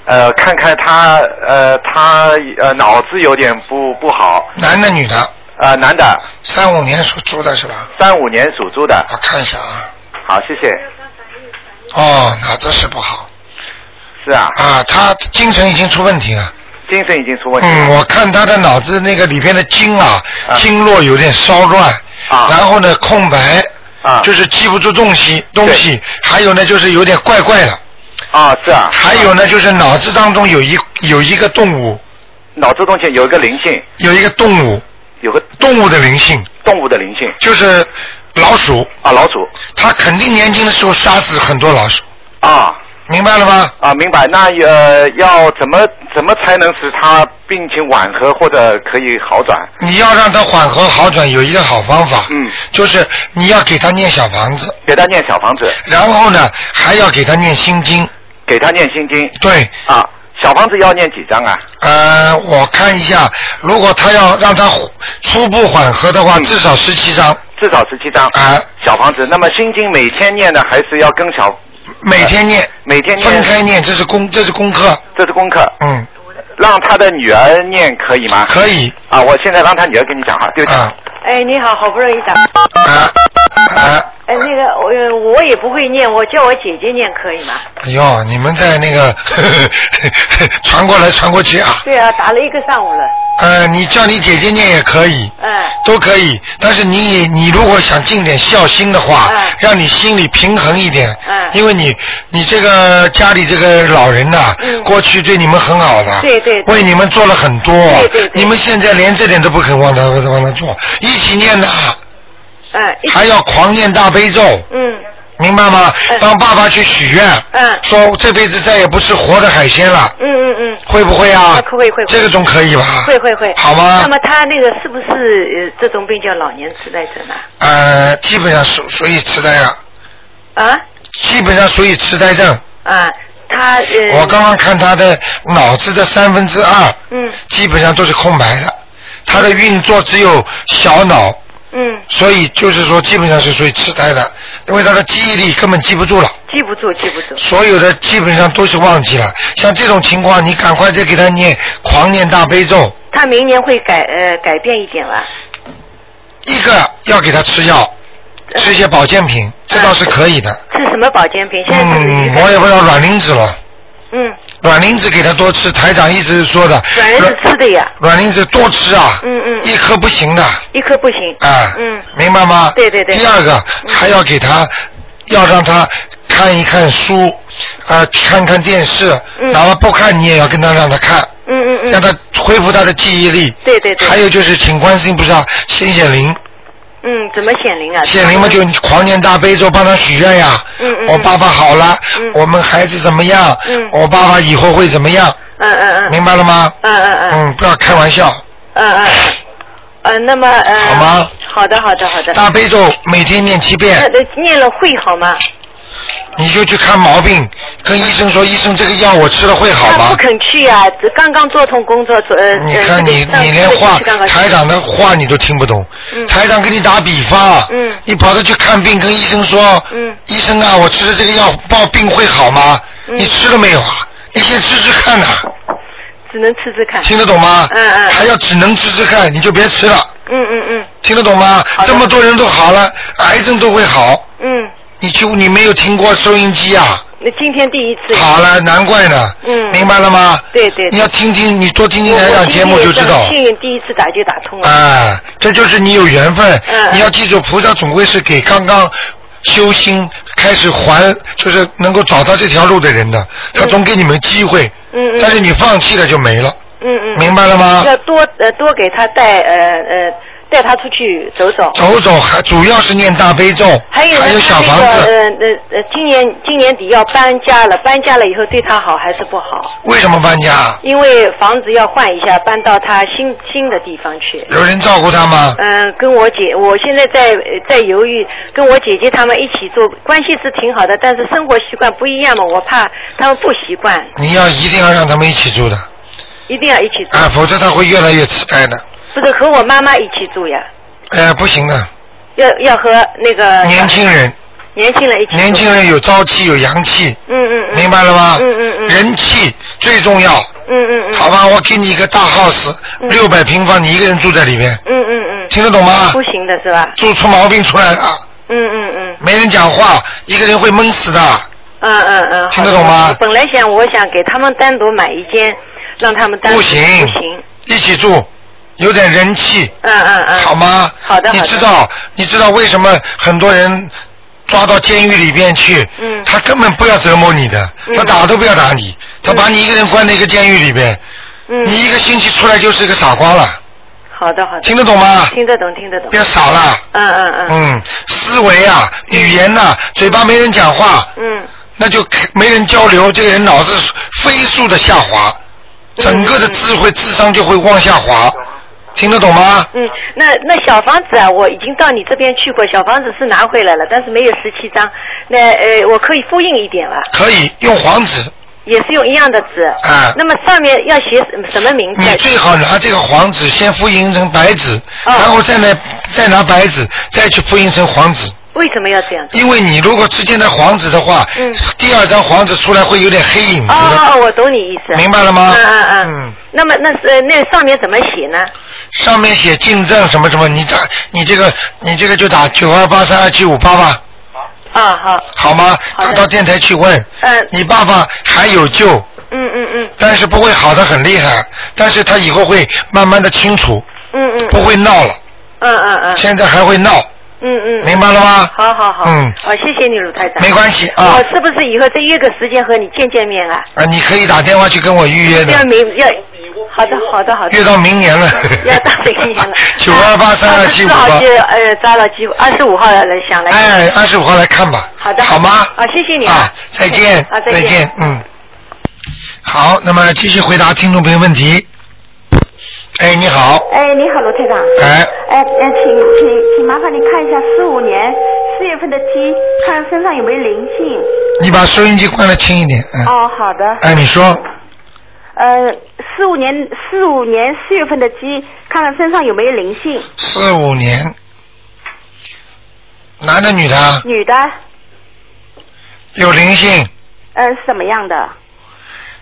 G: 呃，看看他呃他呃脑子有点不不好，
A: 男的女的，
G: 呃，男的，
A: 三五年属猪的是吧？
G: 三五年属猪的，
A: 我看一下啊，
G: 好，谢谢，
A: 哦，脑子是不好
G: 是啊，
A: 啊，他精神已经出问题了。
G: 精神已经出问题
A: 嗯，
G: 了，
A: 我看他的脑子那个里边的经啊，
G: 哎啊
A: 经络有点骚乱，
G: 啊
A: 然后呢空白，
G: 啊，
A: 就是记不住东西东西，还有呢就是有点怪怪的，
G: 啊，是啊，
A: 还有呢就是脑子当中有一有一个动物，
G: 脑子中间有一个灵性，
A: 有一个动物，
G: 有个
A: 动物的灵性，
G: 动物的灵性
A: 就是老鼠，
G: 啊，老鼠
A: 它肯定年轻的时候杀死很多老鼠，
G: 啊
A: 明白了吗？
G: 啊，明白，那呃要怎么怎么才能使他病情缓和或者可以好转？
A: 你要让它缓和好转，有一个好方法，
G: 嗯，
A: 就是你要给它念小房子，
G: 给他念小房子，
A: 然后呢还要给它念心经，
G: 给他念心经
A: 对，
G: 啊。小房子要念几张啊？
A: 呃，我看一下，如果他要让他初步缓和的话，
G: 嗯
A: 至少十七张
G: 至少十七张。
A: 啊，
G: 小房子，那么心经每天念呢，还是要跟小啊
A: 每天念，
G: 每天念？
A: 分开念，这是功，这是功课，
G: 这是功课，
A: 嗯，
G: 让他的女儿念可以吗？
A: 可以
G: 啊，我现在让他女儿跟你讲哈，对不起。
A: 啊
H: 哎，你好，好不容易打。
A: 啊啊！
H: 哎，那个我呃我也不会念，我叫我姐姐念可以吗？
A: 哎呦，你们在那个 传过来传过去啊，
H: 对啊，打了一个上午了。
A: 呃，你叫你姐姐念也可以，
H: 嗯，
A: 都可以，但是你也你如果想尽点孝心的话，
H: 嗯
A: 让你心里平衡一点，
H: 嗯
A: 因为你你这个家里这个老人呐、
H: 嗯
A: 过去对你们很好的，
H: 对对对
A: 为你们做了很多，
H: 对对对
A: 你们现在连这点都不肯忘他忘他做，一起念的，
H: 嗯，一
A: 还要狂念大悲咒，
H: 嗯
A: 明白吗？
H: 嗯
A: 帮爸爸去许愿，
H: 嗯
A: 说这辈子再也不吃活的海鲜了，
H: 嗯嗯嗯，
A: 会不会啊
H: 啊？会会会
A: 这个总可以吧？
H: 会会会。
A: 好吗？
H: 那么他那个是不是呃这种病叫老年痴呆症啊？
A: 呃，基本上属属于痴呆了，
H: 啊
A: 基本上属于痴呆症。
H: 啊，他呃。
A: 我刚刚看他的脑子的三分之二，
H: 嗯
A: 基本上都是空白的，他的运作只有小脑，
H: 嗯，
A: 所以就是说基本上是属于痴呆的，因为他的记忆力根本记不住了，
H: 记不住记不住。
A: 所有的基本上都是忘记了。像这种情况，你赶快再给他念狂念大悲咒，
H: 他明年会改呃改变一点吧？
A: 一个要给他吃药，
H: 嗯
A: 吃一些保健品，这倒是可以的。
H: 是什么保健品？现在是不是
A: 嗯
H: 鱼，
A: 我
H: 肝
A: 也不知道卵磷脂了。
H: 嗯，
A: 卵磷脂给他多吃，台长一直说的。
H: 软人是吃的呀，
A: 卵磷脂多吃啊，
H: 嗯嗯
A: 一颗不行的
H: 一颗不行，
A: 啊，
H: 嗯，
A: 明白吗？
H: 对对对嗯
A: 第二个还要给他，要让他看一看书，啊、看看电视，
H: 嗯
A: 哪怕不看你也要跟他让他看，
H: 嗯嗯
A: 让
H: 嗯，
A: 他恢复他的记忆力。
H: 对对对
A: 还有就是请观世音菩萨显显灵，
H: 嗯，怎么显灵啊？
A: 显灵嘛就狂念大悲咒，帮他许愿呀。
H: 嗯嗯
A: 我爸爸好了，
H: 嗯
A: 我们孩子怎么样？
H: 嗯
A: 我爸爸以后会怎么样？
H: 嗯嗯嗯
A: 明白了吗？
H: 嗯嗯嗯
A: 嗯，不要开玩笑。
H: 嗯嗯，呃，那么呃，
A: 好吗？
H: 好的好的好的，
A: 大悲咒每天念七
H: 那
A: 遍，
H: 那念了会好吗？
A: 你就去看毛病，跟医生说，医生这个药我吃了会好
H: 他
A: 吗
H: 不？肯去呀、只刚刚做通工作，做呃，
A: 你
H: 呃
A: 看你
H: 这个上
A: 你连
H: 这个
A: 话
H: 去刚刚去
A: 台长的话你都听不懂，
H: 嗯
A: 台长给你打比方，
H: 嗯
A: 你跑着去看病跟医生说，
H: 嗯
A: 医生啊，我吃了这个药报病会好吗？
H: 嗯
A: 你吃了没有啊？你先吃吃看呐、
H: 只能吃吃看。
A: 听得懂吗？
H: 嗯嗯
A: 还要只能吃吃看，你就别吃了，
H: 嗯嗯嗯
A: 听得懂吗？
H: 好的
A: 这么多人都好了，癌症都会好，
H: 嗯，
A: 你就你没有听过收音机啊？
H: 那今天第一次。
A: 好了，难怪呢。
H: 嗯
A: 明白了吗？
H: 对对对
A: 你要听听，你多听听
H: 我，
A: 台
H: 我
A: 长
H: 今
A: 节
H: 天
A: 目就知道
H: 很。幸运第一次打就打通了。
A: 啊，这就是你有缘分。
H: 嗯
A: 你要记住，菩萨总归是给刚刚修心开始还，就是能够找到这条路的人的，他总给你们机会。
H: 嗯嗯嗯
A: 但是你放弃了就没了，
H: 嗯嗯。
A: 明白了吗？
H: 要多呃多给他带呃呃带他出去走走。
A: 走走，还主要是念大悲咒，还
H: 还有呢，
A: 有小
H: 他
A: 房
H: 那个
A: 子。
H: 呃呃呃，今年今年底要搬家了，搬家了以后对他好还是不好？
A: 为什么搬家？
H: 因为房子要换一下，搬到他新新的地方去。
A: 有人照顾他吗？
H: 嗯，跟我姐，我现在在呃在犹豫，跟我姐姐她们一起做，关系是挺好的，但是生活习惯不一样嘛，我怕她们不习惯，
A: 你要一定要让他们一起住的
H: 一定要一起住，
A: 啊，否则他会越来越痴呆的。
H: 不是和我妈妈一起住呀，
A: 哎，不行的，
H: 要要和那个
A: 年轻
H: 哎
A: 人，
H: 年轻人一起住，
A: 年轻人有朝气，有阳气，
H: 嗯，嗯 嗯，
A: 明白了吗？
H: 嗯嗯嗯，
A: 人气最重要，
H: 嗯嗯嗯，
A: 好吧？我给你一个大 house，
H: 嗯
A: 六百平方，你一个人住在里面，
H: 嗯嗯嗯，
A: 听得懂吗
H: 不？行的是吧？
A: 住出毛病出来了，
H: 嗯嗯嗯。
A: 没人讲话，一个人会闷死的。
H: 嗯嗯嗯，
A: 听得懂吗
H: 好的本来想我想给他们单独买一间，让他们单独
A: 不行
H: 不行，
A: 一起住，有点人气，
H: 嗯嗯嗯，
A: 好吗？
H: 好的好的
A: 你知道，你知道为什么很多人抓到监狱里边去？
H: 嗯
A: 他根本不要折磨你的，
H: 嗯
A: 他打都不要打你，他把你一个人关在一个监狱里边，
H: 嗯，
A: 你一个星期出来就是一个傻瓜了，
H: 好的好的，
A: 听得懂吗？
H: 听得懂听得懂
A: 不，要傻了。
H: 嗯嗯嗯。
A: 嗯，思维啊，语言呐、嘴巴没人讲话，
H: 嗯
A: 那就没人交流，这个人脑子飞速的下滑，
H: 嗯
A: 整个的智慧、智商就会往下滑，听得懂吗？
H: 嗯，那那小房子啊，我已经到你这边去过，小房子是拿回来了，但是没有十七张。那呃，我可以复印一点吧，
A: 可以用黄纸，
H: 也是用一样的纸。
A: 啊
H: 那么上面要写什么名字
A: 你？最好拿这个黄纸先复印成白纸，
H: 哦
A: 然后再拿再拿白纸再去复印成黄纸，
H: 为什么要这样？
A: 因为你如果直接拿黄纸的话，
H: 嗯
A: 第二张黄纸出来会有点黑影子
H: 哦
A: 嗯的，
H: 哦，我懂你意思。
A: 明白了吗？
H: 嗯嗯嗯。
A: 嗯
H: 那么那是呃那上面怎么写呢？
A: 上面写进证什么什么，你打你这个你这个就打九二八三二七五八吧，
H: 啊好，
A: 好吗？
H: 好的
A: 打到电台去问，
H: 嗯
A: 你爸爸还有救，
H: 嗯嗯嗯
A: 但是不会好的很厉害，但是他以后会慢慢的清楚，
H: 嗯嗯
A: 不会闹了，
H: 嗯嗯嗯
A: 现在还会闹，
H: 嗯嗯。
A: 明白了吗？
H: 好好好。
A: 嗯，
H: 好，谢谢你鲁台长。
A: 没关系啊
H: 我是不是以后再约个时间和你见见面啊？
A: 啊，你可以打电话去跟我预约
H: 要
A: 的，
H: 明要，好的好的好的
A: 约，到明年了，。
H: 要到北京了
A: 九二八三二七五
H: 二十四
A: 八
H: 号，就呃抓了机，二十五号来想 来。
A: 哎，二十五号来看吧，
H: 好的
A: 好吗？
H: 啊谢谢你啊
A: 啊，再见，
H: 啊再
A: 见，
H: 见
A: 嗯。好，那么继续回答听众朋友问题。哎，你好，
I: 哎，你好，罗台长。
A: 哎，
I: 哎，呃，请请请麻烦你看一下四五年四月份的鸡，看身上有没有灵性。
A: 你把收音机关的轻一点，嗯，
I: 哦，好的。
A: 哎，你说，
I: 呃，四五年四五年四月份的鸡，看看身上有没有灵性。
A: 四五年，男的女的啊，
I: 女的，
A: 有灵性，
I: 呃，是什么样的？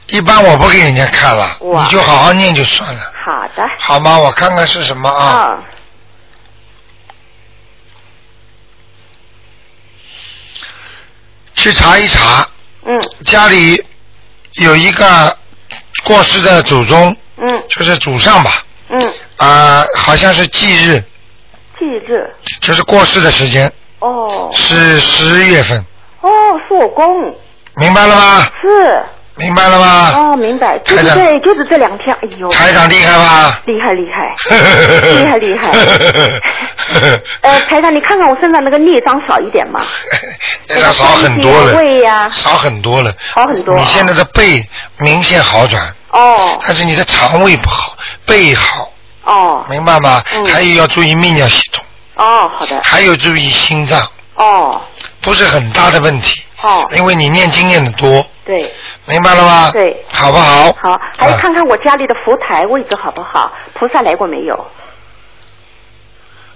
A: 一般我不给人家看了，
I: 哇
A: 你就好好念就算了，
I: 好的。
A: 好吗？我看看是什么啊？
I: 嗯。
A: 去查一查
I: 嗯
A: 家里有一个过世的祖宗，
J: 嗯
A: 就是祖上吧，
J: 嗯，
A: 啊、好像是忌日，
J: 忌日
A: 就是过世的时间
J: 哦
A: 是十月份，
J: 哦，是我公，
A: 明白了吗？
J: 是。
A: 明白了吗？
J: 哦，明白，就是
A: 台长
J: 对，就是这两天，哎呦，
A: 台长厉害吧？
J: 厉害厉 害，厉害厉 害。呃，台长，你看看我身上那个孽障少一点嘛，
A: 那哎个少很多了，
J: 那个肺呀
A: 少很多了，
J: 好啊很多啊。
A: 你现在的背明显好转，
J: 哦
A: 但是你的肠胃不好，背好，
J: 哦
A: 明白吗？还有要注意泌尿系统，
J: 哦，好的，
A: 还有注意心脏，
J: 哦
A: 不是很大的问题，
J: 哦，
A: 因为你念经念的多，
J: 对，
A: 明白了吗？
J: 对，
A: 好不好？
J: 好，还有
A: 啊
J: 看看我家里的佛台位置好不好，菩萨来过没有？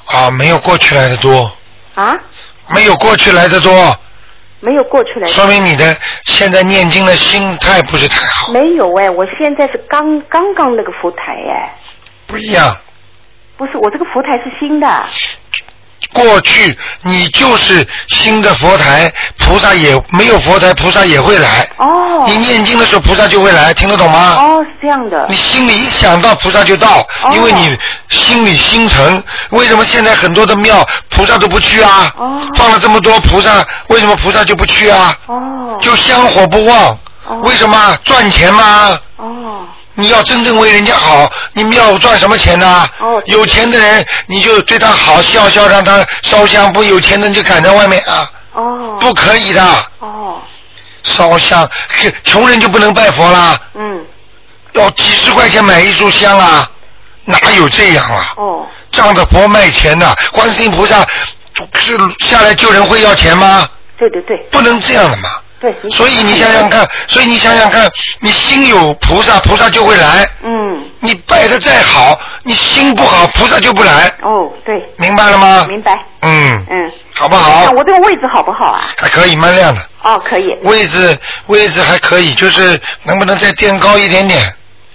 A: 啊，没有过去来的多，
J: 啊，
A: 没有过去来的多，
J: 没有过去来过。
A: 说明你的现在念经的心态不是太好，
J: 没有哎，我现在是刚刚刚那个佛台哎，
A: 不一样。
J: 不是我这个佛台是新的，
A: 过去你就是新的佛台，菩萨也没有佛台，菩萨也会来。
J: 哦。
A: 你念经的时候，菩萨就会来，听得懂吗？
J: 哦，是这样的。
A: 你心里一想到菩萨就到，因为你心里心诚。为什么现在很多的庙菩萨都不去啊？放了这么多菩萨，为什么菩萨就不去啊？就香火不旺。为什么赚钱吗？你要真正为人家好，你庙赚什么钱呢？有钱的人你就对他好，笑笑让他烧香；不有钱的你就赶在外面啊。
E: 哦
A: 不可以的。烧香，穷人就不能拜佛啦。
J: 嗯。
A: 要几十块钱买一束香啊，哪有这样啊？
J: 哦。
A: 仗着佛卖钱呐、观世音菩萨是下来救人会要钱吗？
J: 对对对。
A: 不能这样的嘛。
J: 对。
A: 所以你想想看，所以你想想看，你心有菩萨，菩萨就会来。
J: 嗯。
A: 你拜的再好，你心不好，菩萨就不来。
J: 哦，对。
A: 明白了吗？
J: 明白，
A: 嗯，
J: 嗯。
A: 好不好
J: 那我这个位置好不好啊？
A: 还可以，蛮亮的。
J: 哦，可以，
A: 位置位置还可以，就是能不能再垫高一点点，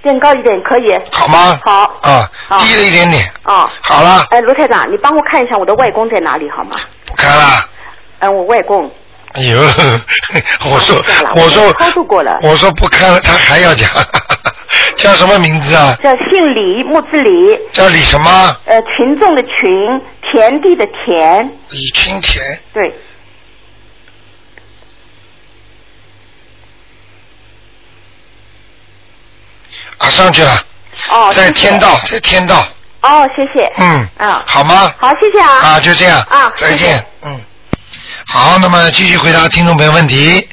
J: 垫高一点可以。
A: 好吗？
J: 好。
A: 啊，
J: 好
A: 低了一点点，
J: 哦。
A: 好了。
J: 哎，卢台长，你帮我看一下我的外公在哪里好吗？
A: 不看了。
J: 嗯，我外公
A: 哎呦， 我说
J: 下了，
A: 我说
J: 超度过了，
A: 我说不看了，他还要讲， 叫什么名字啊？
J: 叫姓李，木字李。
A: 叫李什么？
J: 呃，群众的群，田地的田，
A: 李清田，
J: 对，
A: 啊，上去了，
J: 哦，
A: 在
J: 谢谢
A: 天道，在天道，
J: 哦，谢谢，
A: 嗯，
J: 啊，
A: 好吗？
J: 好，谢谢啊，
A: 啊，就这样，
J: 啊，
A: 再见，嗯，好，那么继续回答听众朋友问题。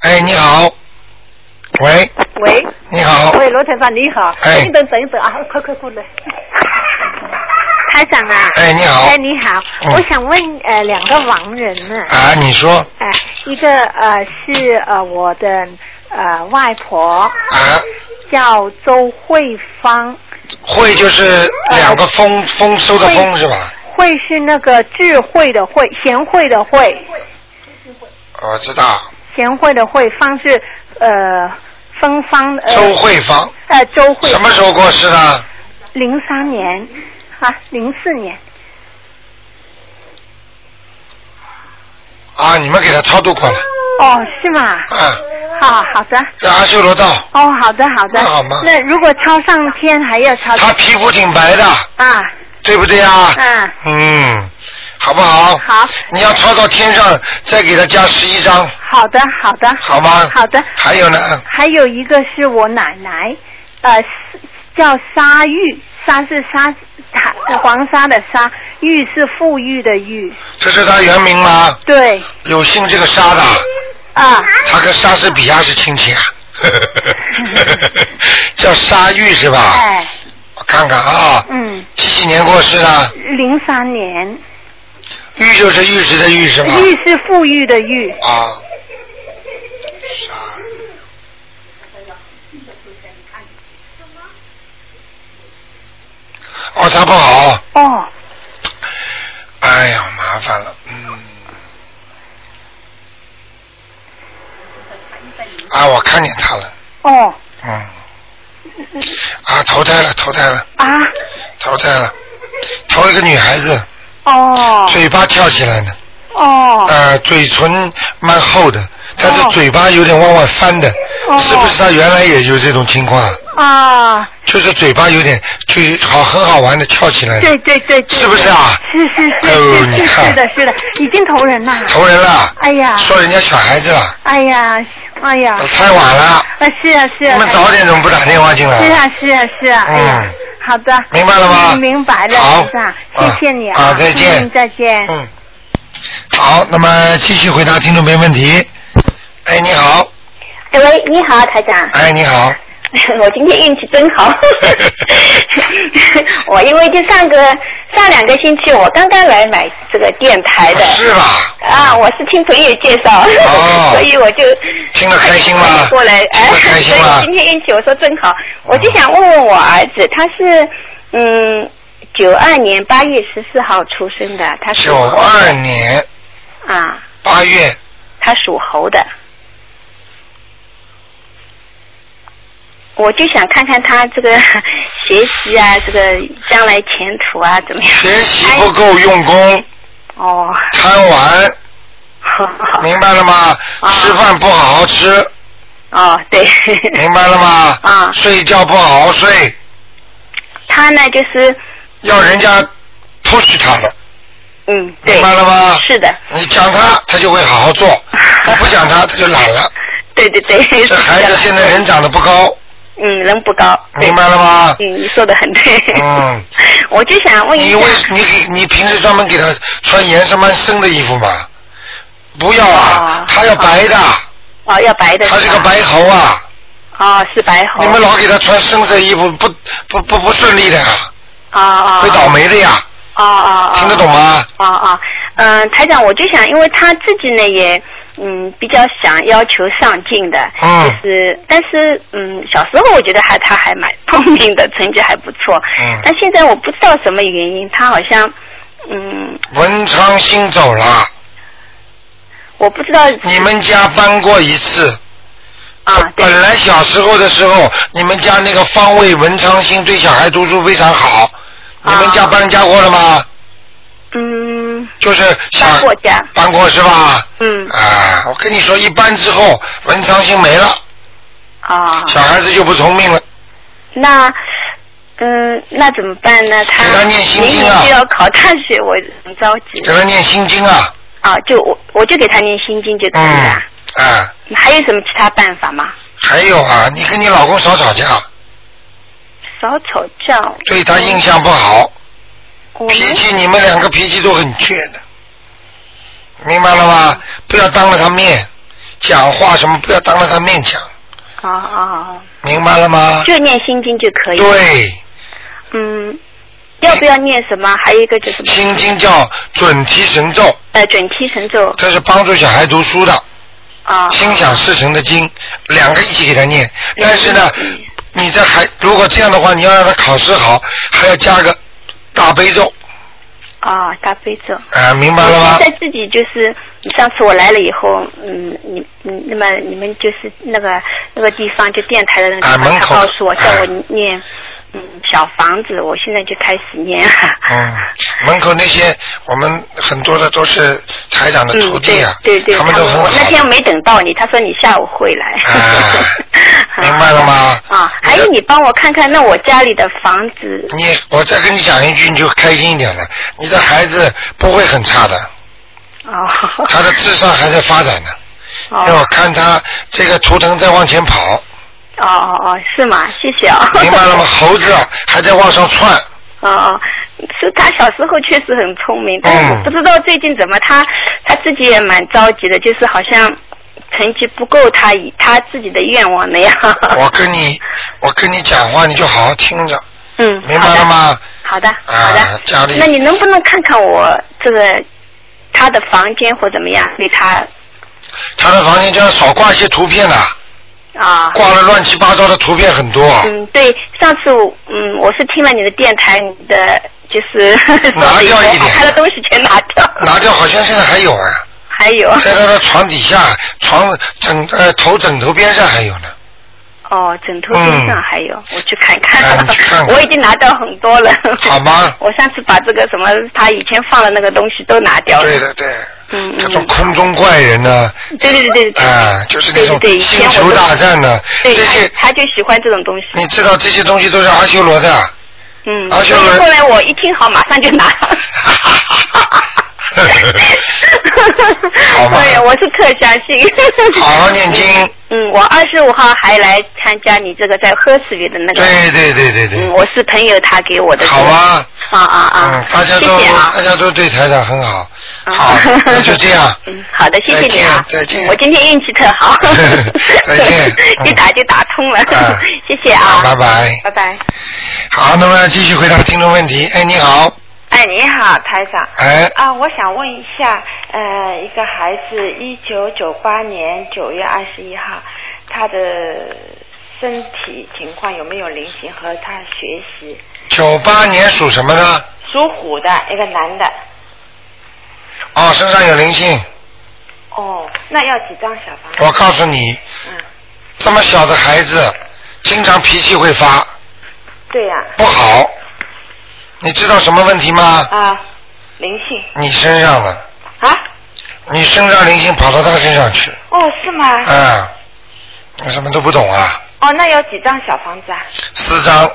A: 哎，你好，喂，
D: 喂，
A: 你哎好
D: 喂，罗台长你好，
A: 哎
D: 等一等等一等啊，快快过来。
E: 台长啊，
A: 哎你好
E: 哎你好，
A: 嗯
E: 我想问呃两个亡人呢，
A: 啊，你说，
E: 哎、一个呃是呃我的呃外婆，
A: 啊
E: 叫周慧芳，
A: 会就是两个丰丰收的丰是吧？
E: 慧是那个智慧的慧，贤惠的慧，
A: 我知道，
E: 贤惠的慧，芳是呃芬芳，呃、
A: 周慧芳，
E: 呃周慧，
A: 什么时候过世的？
E: 零三年啊，零四年，
A: 啊，你们给他超度过了，
E: 哦是吗？
A: 啊，
E: 好好的。
A: 在阿修罗道。
E: 哦，好的好的。
A: 那好吗
E: 那如果超上天还要超？
A: 他皮肤挺白的，
E: 啊。
A: 对不对啊？
E: 嗯。
A: 嗯，好不好？
E: 好。
A: 你要超到天上，再给他加十一张，
E: 好的好的。
A: 好吗
E: 好的。
A: 还有呢
E: 还有一个是我奶奶，呃，是叫沙玉，沙是沙，黄沙的沙，玉是富裕的玉。
A: 这是他原名吗？
E: 对，
A: 有姓这个沙的，
E: 啊，
A: 他跟莎士比亚是亲 戚啊，叫沙玉是吧？
E: 哎，
A: 我看看啊，
E: 嗯，
A: 几几年过世的？
E: 零三年，
A: 玉就是玉石的玉是吧？
E: 玉是富裕的玉。
A: 啊，哦，他不好，
E: 哦，
A: 哎呀，麻烦了，嗯。啊，我看见他了，
E: 哦，
A: 嗯，啊，投胎了，投胎了，
E: 啊，
A: 投胎了，投了个女孩子，
E: 哦，
A: 嘴巴翘起来呢，
K: 哦，
A: 呃，嘴唇蛮厚的，但是
K: 哦
A: 嘴巴有点往外翻的，
K: 哦
A: 是不是他原来也有这种情况啊？
K: 啊，
A: 就是嘴巴有点，就是好很好玩的翘起来了
K: 对对对对，
A: 是不是啊？
K: 是是
A: 哦
K: 是
A: 你
K: 是是
A: 看
K: 是的，是的，已经投人了。
A: 投人了
K: 哎呀，
A: 说人家小孩子了，
K: 哎呀，哎呀，
A: 太晚了。
K: 啊，是啊是啊。
A: 你们早点怎么不打电话进来
K: 是啊是啊是啊，哎呀
A: 嗯，
K: 好的。
A: 明白了吗
K: 嗯明白了，
A: 好
K: 是啊，谢
A: 啊
K: 谢你
A: 啊再见
K: 嗯再见。
A: 嗯好，那么继续回答听众朋友问题。哎，你好，
J: 哎喂，你好，台长。
A: 哎，你好，
J: 我今天运气真好。 我因为就上个上两个星期，我刚刚来买这个电台的。
A: 是吧？哦
J: 啊，我是听朋友介绍， 所以我就
A: 听了开心吗？
J: 过来，哎，所以今天运气我说真好。我就想问问我儿子，他是嗯九二年八月十四号出生的，他是
A: 九二年
J: 啊，
A: 八月，
J: 他属猴的。我就想看看他这个 学习啊，这个将来前途啊怎么样？
A: 学习不够用功，
J: 哦，
A: 贪玩，明白了吗？吃饭不好好吃，
J: 啊哦，对。
A: 明白了吗？啊。睡觉不好好睡，
J: 他呢就是
A: 要人家 push 他的，
J: 嗯，对，
A: 明白了吗？
J: 是的，
A: 你讲他，他就会好 好做；他不讲他，他就懒了。
J: 对对对。
A: 这孩子现在人长得不高，
J: 嗯，人不高。对
A: 明白了吗
J: 嗯，你说的很对。
A: 嗯。
J: 我就想问一
A: 你
J: 下
A: 为，你给你平时专门给他穿颜色蛮深的衣服嘛？不要啊， 他要白的，
J: 哦，要白的。
A: 他是个白猴啊！
J: 哦，是白猴。
A: 你们老给他穿深色衣服，不不不不顺利的呀，
J: 啊啊。
A: 会倒霉的呀，
J: 哦。哦哦。
A: 听得懂吗？
J: 哦哦，嗯、台长，我就想，因为他自己呢也嗯比较想要求上进的，
A: 嗯
J: 就是但是嗯小时候我觉得还他还蛮聪明的，成绩还不错，
A: 嗯
J: 但现在我不知道什么原因，他好像嗯
A: 文昌星走了，
J: 我不知道
A: 你们家搬过一次。
J: 啊，
A: 本来小时候的时候，你们家那个方位文昌星对小孩读书非常好，
J: 啊
A: 你们家搬家过了吗？
J: 嗯。
A: 就是搬过
J: 家。
A: 搬过是吧？
J: 嗯。
A: 啊，我跟你说，一搬之后文昌星没了，
J: 啊、
A: 小孩子就不聪明了。
J: 那。嗯，那怎么办呢？他明
A: 经
J: 年
A: 啊
J: 就要考大学，我很着急。
A: 给他念心经啊，嗯
J: 啊，就我我就给他念心经就可以了。
A: 啊，
J: 还有什么其他办法吗？
A: 还有啊，你跟你老公少吵架，
J: 少吵架。啊
A: 对他印象不好，
J: 我们
A: 脾气你们两个脾气都很倔的，明白了吗？不要当着他面讲话什么，不要当着他面讲，
J: 啊啊
A: 明白了
J: 啊！
A: 吗？
J: 就念心经就可以。。
A: 对。
J: 嗯，要不要念什么？还有一个就是什么？
A: 心经叫准提神咒，
J: 呃，准提神咒。
A: 这是帮助小孩读书的。
J: 啊。
A: 心想事成的经，两个一起给他念。但是呢，你这还如果这样的话，你要让他考试好，还要加个大悲咒
J: 啊，大悲咒。
A: 啊，明白了吗？
J: 现在自己就是，上次我来了以后，嗯，你嗯，那么你们就是那个那个地方，就电台的那个地
A: 啊
J: 方，
A: 门
J: 他
A: 口哎
J: 告诉我叫我念，嗯，小房子，我现在就开始念了。
A: 嗯，门口那些我们很多的都是台长的徒
J: 嗯，
A: 弟
J: 对
A: 啊，
J: 对对，
A: 他们都很
J: 我那
A: 好啊
J: 天没等到你，他说你下午会来。
A: 明白了吗？
J: 啊，还有你帮我看看，那我家里的房子，
A: 你，我再跟你讲一句，你就开心一点了。你的孩子不会很差的，
J: 哦，
A: 他的智商还在发展呢。因为我
J: 哦
A: 看他这个图腾在往前 跑，
J: 哦哦哦，是吗？谢谢啊。
A: 明白了吗？猴子啊还在往上窜，
J: 哦哦，是他小时候确实很聪明，但
A: 哦
J: 是我不知道最近怎么他他自己也蛮着急的，就是好像成绩不够他以他自己的愿望那样。
A: 我跟你，我跟你讲话，你就好好听着，
J: 嗯，
A: 明白了吗？
J: 好的，好的。
A: 啊，家里
J: 那你能不能看看我这个他的房间或怎么样？给他
A: 他的房间就要少挂一些图片呐，
J: 啊。
A: 挂了乱七八糟的图片很多。
J: 嗯，对，上次我嗯，我是听了你的电台，你的就是 拿 掉一点，他的东西全拿掉，
A: 拿掉好像现在还有啊，
J: 还有
A: 在他的床底下、床枕呃头枕头边上还有呢。
J: 哦，枕头边上还有，我去看看。
A: 看
J: 我已经拿到很多了。
A: 好吗？
J: 我上次把这个什么他以前放的那个东西都拿掉了。
A: 对的，对。
J: 嗯
A: 叫做空中怪人呢、
J: 对对对对对。
A: 啊就是那种
J: 对对对以前我
A: 星球大战呢
J: 对，
A: 这些
J: 他他就喜欢这种东西。
A: 你知道这些东西都是阿修罗的。
J: 嗯，
A: 而且
J: 所以后来我一听好，马上 就拿。对，我是特相信。
A: 好好念经。
J: 嗯，我二十五号还来参加你这个在赫茨比的那
A: 对
J: 个。
A: 对对对对。
J: 嗯，我是朋友他给我的。好
A: 啊。
J: 啊啊啊！
A: 大家
J: 谢
A: 都
J: 谢啊。
A: 大家都对台长很好，好，啊那就这样。
J: 嗯，好的，谢谢你啊。再见。我今天运气特好。
A: 再见 嗯
J: 一打就打通了， 谢谢啊。
A: 拜拜
L: 拜拜。
A: 好，那么继续回答听众问题。哎，你好，
L: 哎，你好，台长。
A: 哎
L: 啊，我想问一下，呃，一个孩子，一九九八年九月二十一号，他的身体情况有没有灵性和他学习？
A: 九八年属什么的？
L: 属虎的一个男的。
A: 哦，身上有灵性。
L: 哦，那要几张小房子？
A: 我告诉你，
L: 嗯
A: 这么小的孩子，经常脾气会发，
L: 对呀、
A: 不好。你知道什么问题哦吗？
L: 啊，灵性
A: 你身上的。
L: 啊？
A: 你身上灵性跑到他身上去，
L: 哦，是吗？
A: 啊，你什么都不懂啊，
L: 哦，那要几张小房子啊？
A: 四张，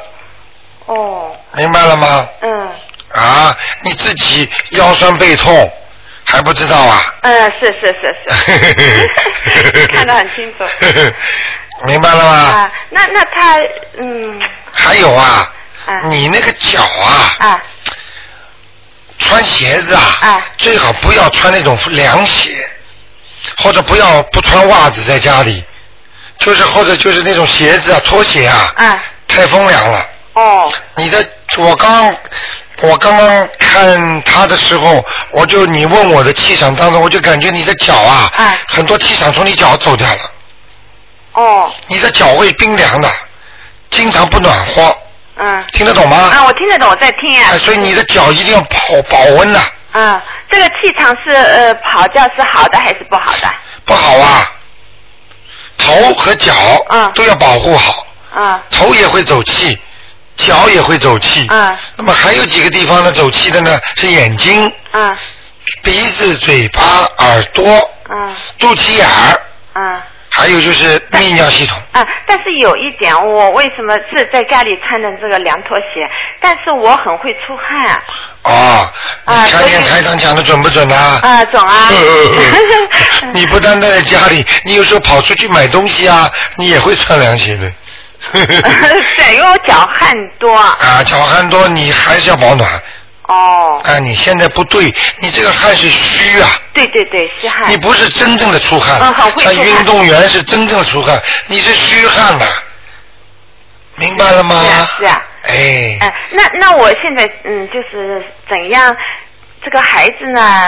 L: 哦，
A: 明白了吗？
L: 嗯
A: 啊，你自己腰酸背痛还不知道 啊？
L: 嗯，是是是是，看得很清楚。
A: 明白了吗？
L: 啊，那那他嗯
A: 还有啊，
L: 啊
A: 你那个脚啊，
L: 啊
A: 穿鞋子啊，最好不要穿那种凉鞋，或者不要不穿袜子在家里，就是或者就是那种鞋子啊，拖鞋啊，
L: 啊
A: 太风凉了。
L: 哦
A: 你的我刚我刚刚看他的时候，我就你问我的气场当中，我就感觉你的脚啊，很多气场从你脚走掉了，
L: 哦
A: 你的脚会冰凉的，经常不暖和，
L: 嗯，
A: 听得懂吗
L: 啊，我听得懂，我在听啊。
A: 哎，所以你的脚一定要保保温呐、
L: 啊，这个气场是呃跑掉是好的还是不好的？
A: 不好啊，头和脚都要保护好，
L: 啊
A: 头也会走气，脚也会走气，
L: 啊
A: 那么还有几个地方呢走气的呢是眼睛、
L: 啊
A: 鼻子、嘴巴、耳朵、
L: 啊
A: 肚脐眼儿，
L: 啊
A: 还有就是泌尿系统。
L: 啊！但是有一点，我为什么是在家里穿的这个凉拖鞋？但是我很会出汗 啊。
A: 哦，你看见台长讲的准不准呐、
L: 啊，总啊。
A: 你不单单在家里，你有时候跑出去买东西啊，你也会穿凉鞋的。
L: 对，因为我脚汗多。
A: 啊，脚汗多，你还是要保暖。
L: 哦。
A: 啊，你现在不对，你这个汗是虚啊，
L: 对对对，是汗。
A: 你不是真正的出汗。
L: 嗯
H: 啊
L: 很会出
A: 像
L: 汗
A: 运动员是真正的出汗，你是虚汗呐、明白了吗？
L: 是啊是啊。
A: 哎，
L: 哎、那那我现在嗯，就是怎样？这个孩子呢，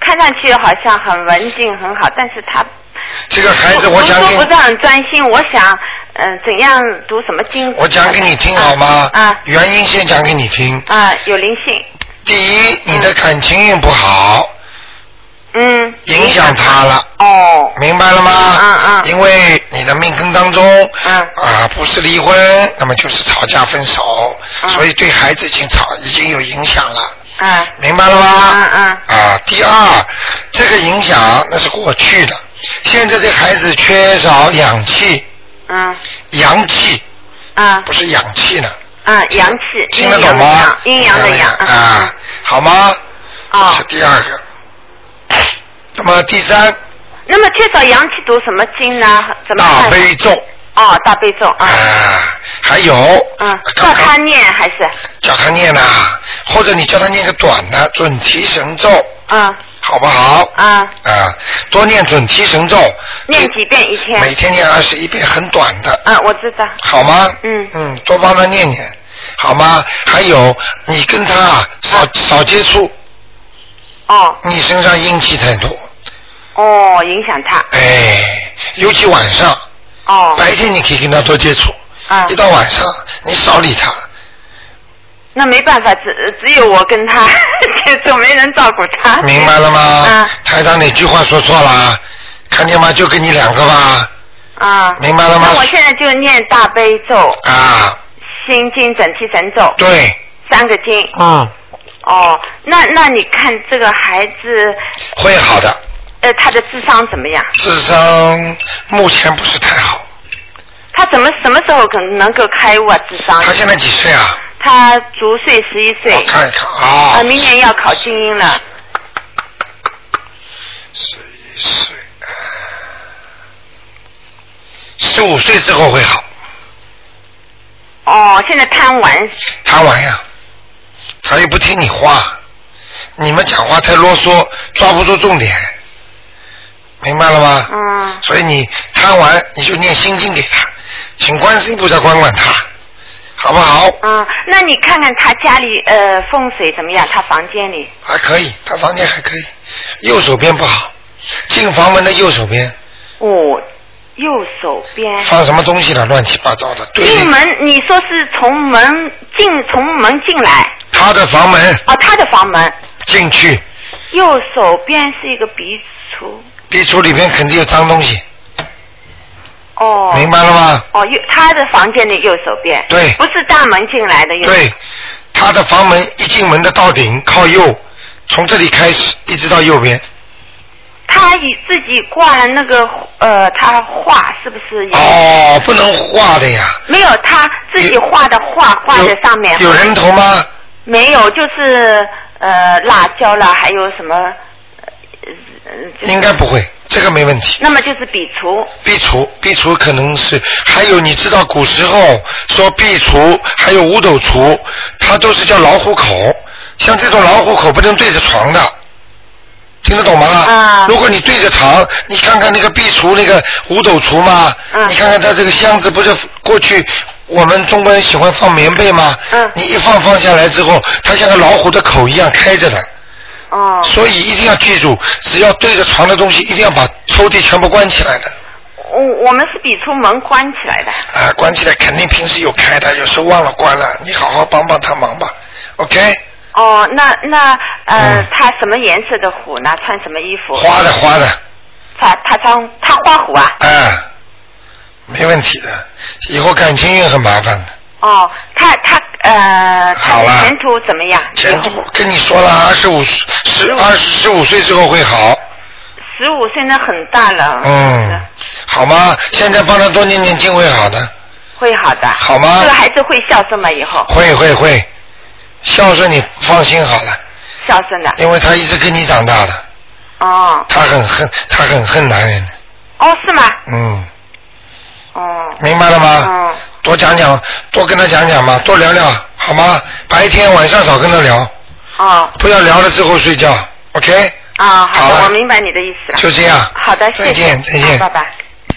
L: 看上去好像很文静很好，但是他
A: 这个孩子，我
L: 读
A: 讲给
L: 书不
A: 你
L: 是很专心。我想，嗯、怎样读什么经？
A: 我讲给你听好吗？
L: 啊
A: 原因先讲给你听。
L: 啊，有灵性。
A: 第一，你的感情运不好，
L: 嗯。
A: 影响他了。
L: 哦。
A: 明白了吗？
L: 嗯嗯
A: 因为你的命根当中，啊，不是离婚，那么就是吵架分手，所以对孩子已经吵已经有影响了。
L: 啊。
A: 明白了吗？
L: 嗯嗯。
A: 啊，第二，这个影响那是过去的，现在这孩子缺少氧气，啊
L: 嗯
A: 阳气，
L: 啊
A: 不是氧气呢，
L: 啊，阳气，
A: 听得懂吗？
L: 阴阳的阳阴阳的阳。
A: 啊，好吗？
L: 哦
A: 这是第二个。那么第三，
L: 那么缺少阳气读什么经呢？怎么
A: 大
L: 看？
A: 啊悲咒
L: 哦，大悲咒啊。
A: 还有
L: 嗯，叫他念还是？
A: 叫他念呐、或者你叫他念个短的准提神咒，
L: 嗯
A: 好不好？
L: 嗯，
A: 啊，多念准提神咒，
L: 念几遍一天？
A: 每天念二十一遍，很短的，
L: 嗯，我知道。
A: 好吗？
L: 嗯
A: 嗯，多帮他念念，好吗？还有，你跟他啊少少接触，
L: 哦
A: 你身上阴气太多，
L: 哦，影响他。
A: 哎，尤其晚上，
L: 哦。
A: 白天你可以跟他多接触，
L: 啊。
A: 一到晚上你少理他，
L: 那没办法，只只有我跟他 接触，没人照顾他。
A: 明白了吗？
L: 啊
A: 台长哪句话说错了？看见吗？就给你两个吧。
L: 啊。
A: 明白了吗
L: 那我现在就念大悲咒、
A: 啊，
L: 心经、整体神咒
A: 对，
L: 三个经，
A: 嗯，
L: 哦，那那你看这个孩子，
A: 会好的，
L: 呃，他的智商怎么样？
A: 智商目前不是太好。
L: 他怎么什么时候可能能够开悟啊？智商？
A: 他现在几岁啊？哎
L: 他足岁十一岁。我
A: 看一看
L: 啊。呃，明年要考精英了。
A: 十一岁，十五岁之后会好，
L: 哦，现在贪玩。
A: 贪玩呀，他又不听你话，你们讲话太啰嗦，抓不住重点，明白了吗？
L: 嗯。
A: 所以你贪玩，你就念心经给他，请观世音菩萨管管他，好不好？
L: 嗯，那你看看他家里呃风水怎么样？他房间里。
A: 还可以，他房间还可以，右手边不好，进房门的右手边
L: 哦，右手边。
A: 放什么东西了，乱七八糟的，对
L: 进门，你说是从门进，从门进来。
A: 他的房门
L: 哦，他的房门，
A: 进去，
L: 右手边是一个壁橱。
A: 壁橱里面肯定有脏东西，
L: 哦。
A: 明白了吗？
L: 哦，右他的房间的右手边。
A: 对
L: 不是大门进来的右。
A: 对，他的房门一进门的到顶靠右，从这里开始一直到右边，
L: 他以自己挂了那个呃，他画是不是有？
A: 哦，不能画的呀。
L: 没有，他自己画的画画在上面。
A: 有人头吗？
L: 没有，就是呃辣椒啦，还有什么？呃就是
A: 应该不会，这个没问题。
L: 那么就是比厨，
A: 壁橱，壁橱可能是，还有你知道古时候说壁橱，还有五斗橱，它都是叫老虎口，像这种老虎口不能对着床的，听得懂吗？
L: 啊
A: 如果你对着床，你看看那个壁橱那个五斗橱嘛，
L: 嗯
A: 你看看它这个箱子不是过去我们中国人喜欢放棉被吗？
L: 嗯
A: 你一放放下来之后，它像个老虎的口一样开着的。
L: 哦。
A: 所以一定要记住，只要对着床的东西，一定要把抽屉全部关起来的。
L: 我我们是比厨门关起来的。
A: 啊，关起来肯定平时有开的，有时候忘了关了，你好好帮帮他忙吧，OK？
L: 哦，那那呃，他什么颜色的虎呢？穿什么衣服？
A: 嗯花的花的，
L: 他他穿他花虎啊？
A: 哎、没问题的，以后感情运很麻烦的。
L: 哦，他他呃，他
A: 好
L: 的
A: 了
L: 前途怎么样？
A: 前途跟你说了，二十五十二十五岁之后会好，
L: 十五岁那很大了，
A: 嗯，好吗？现在帮他多念念经会好的，
L: 会好的。
A: 好吗
L: 这个孩子会孝顺吗？以后
A: 会会会，孝顺你放心好了，
L: 孝顺的。
A: 因为他一直跟你长大的，
L: 哦
A: 他很恨他很恨男人的，
L: 哦是吗？
A: 嗯，
L: 哦。
A: 明白了吗？
L: 嗯。
A: 多讲讲，多跟他讲讲嘛，多聊聊好吗？白天晚上少跟他聊，
L: 哦
A: 不要聊了之后睡觉，OK？
L: 啊，好
A: 好
L: 的，
A: 了
L: 我明白你的意思了。
A: 就这样
L: 好的，谢谢
A: 再见再见
L: 啊拜拜。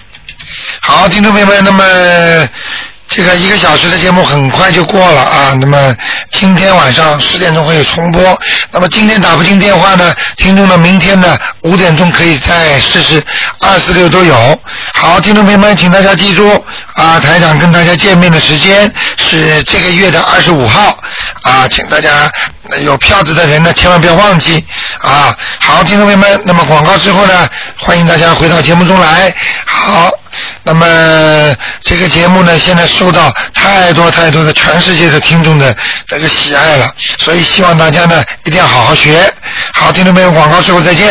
A: 好，听众朋友们，那么这个一个小时的节目很快就过了啊。那么今天晚上十点钟会有重播。那么今天打不进电话呢，听众呢明天呢五点钟可以再试试，二四六都有。好，听众朋友们，请大家记住啊，台长跟大家见面的时间是这个月的二十五号啊，请大家呃有票子的人呢千万不要忘记啊。好，听众朋友们，那么广告之后呢，欢迎大家回到节目中来。好。那么这个节目呢，现在受到太多太多的全世界的听众的这个喜爱了，所以希望大家呢一定要好好学。好，听众朋友，广告之后再见。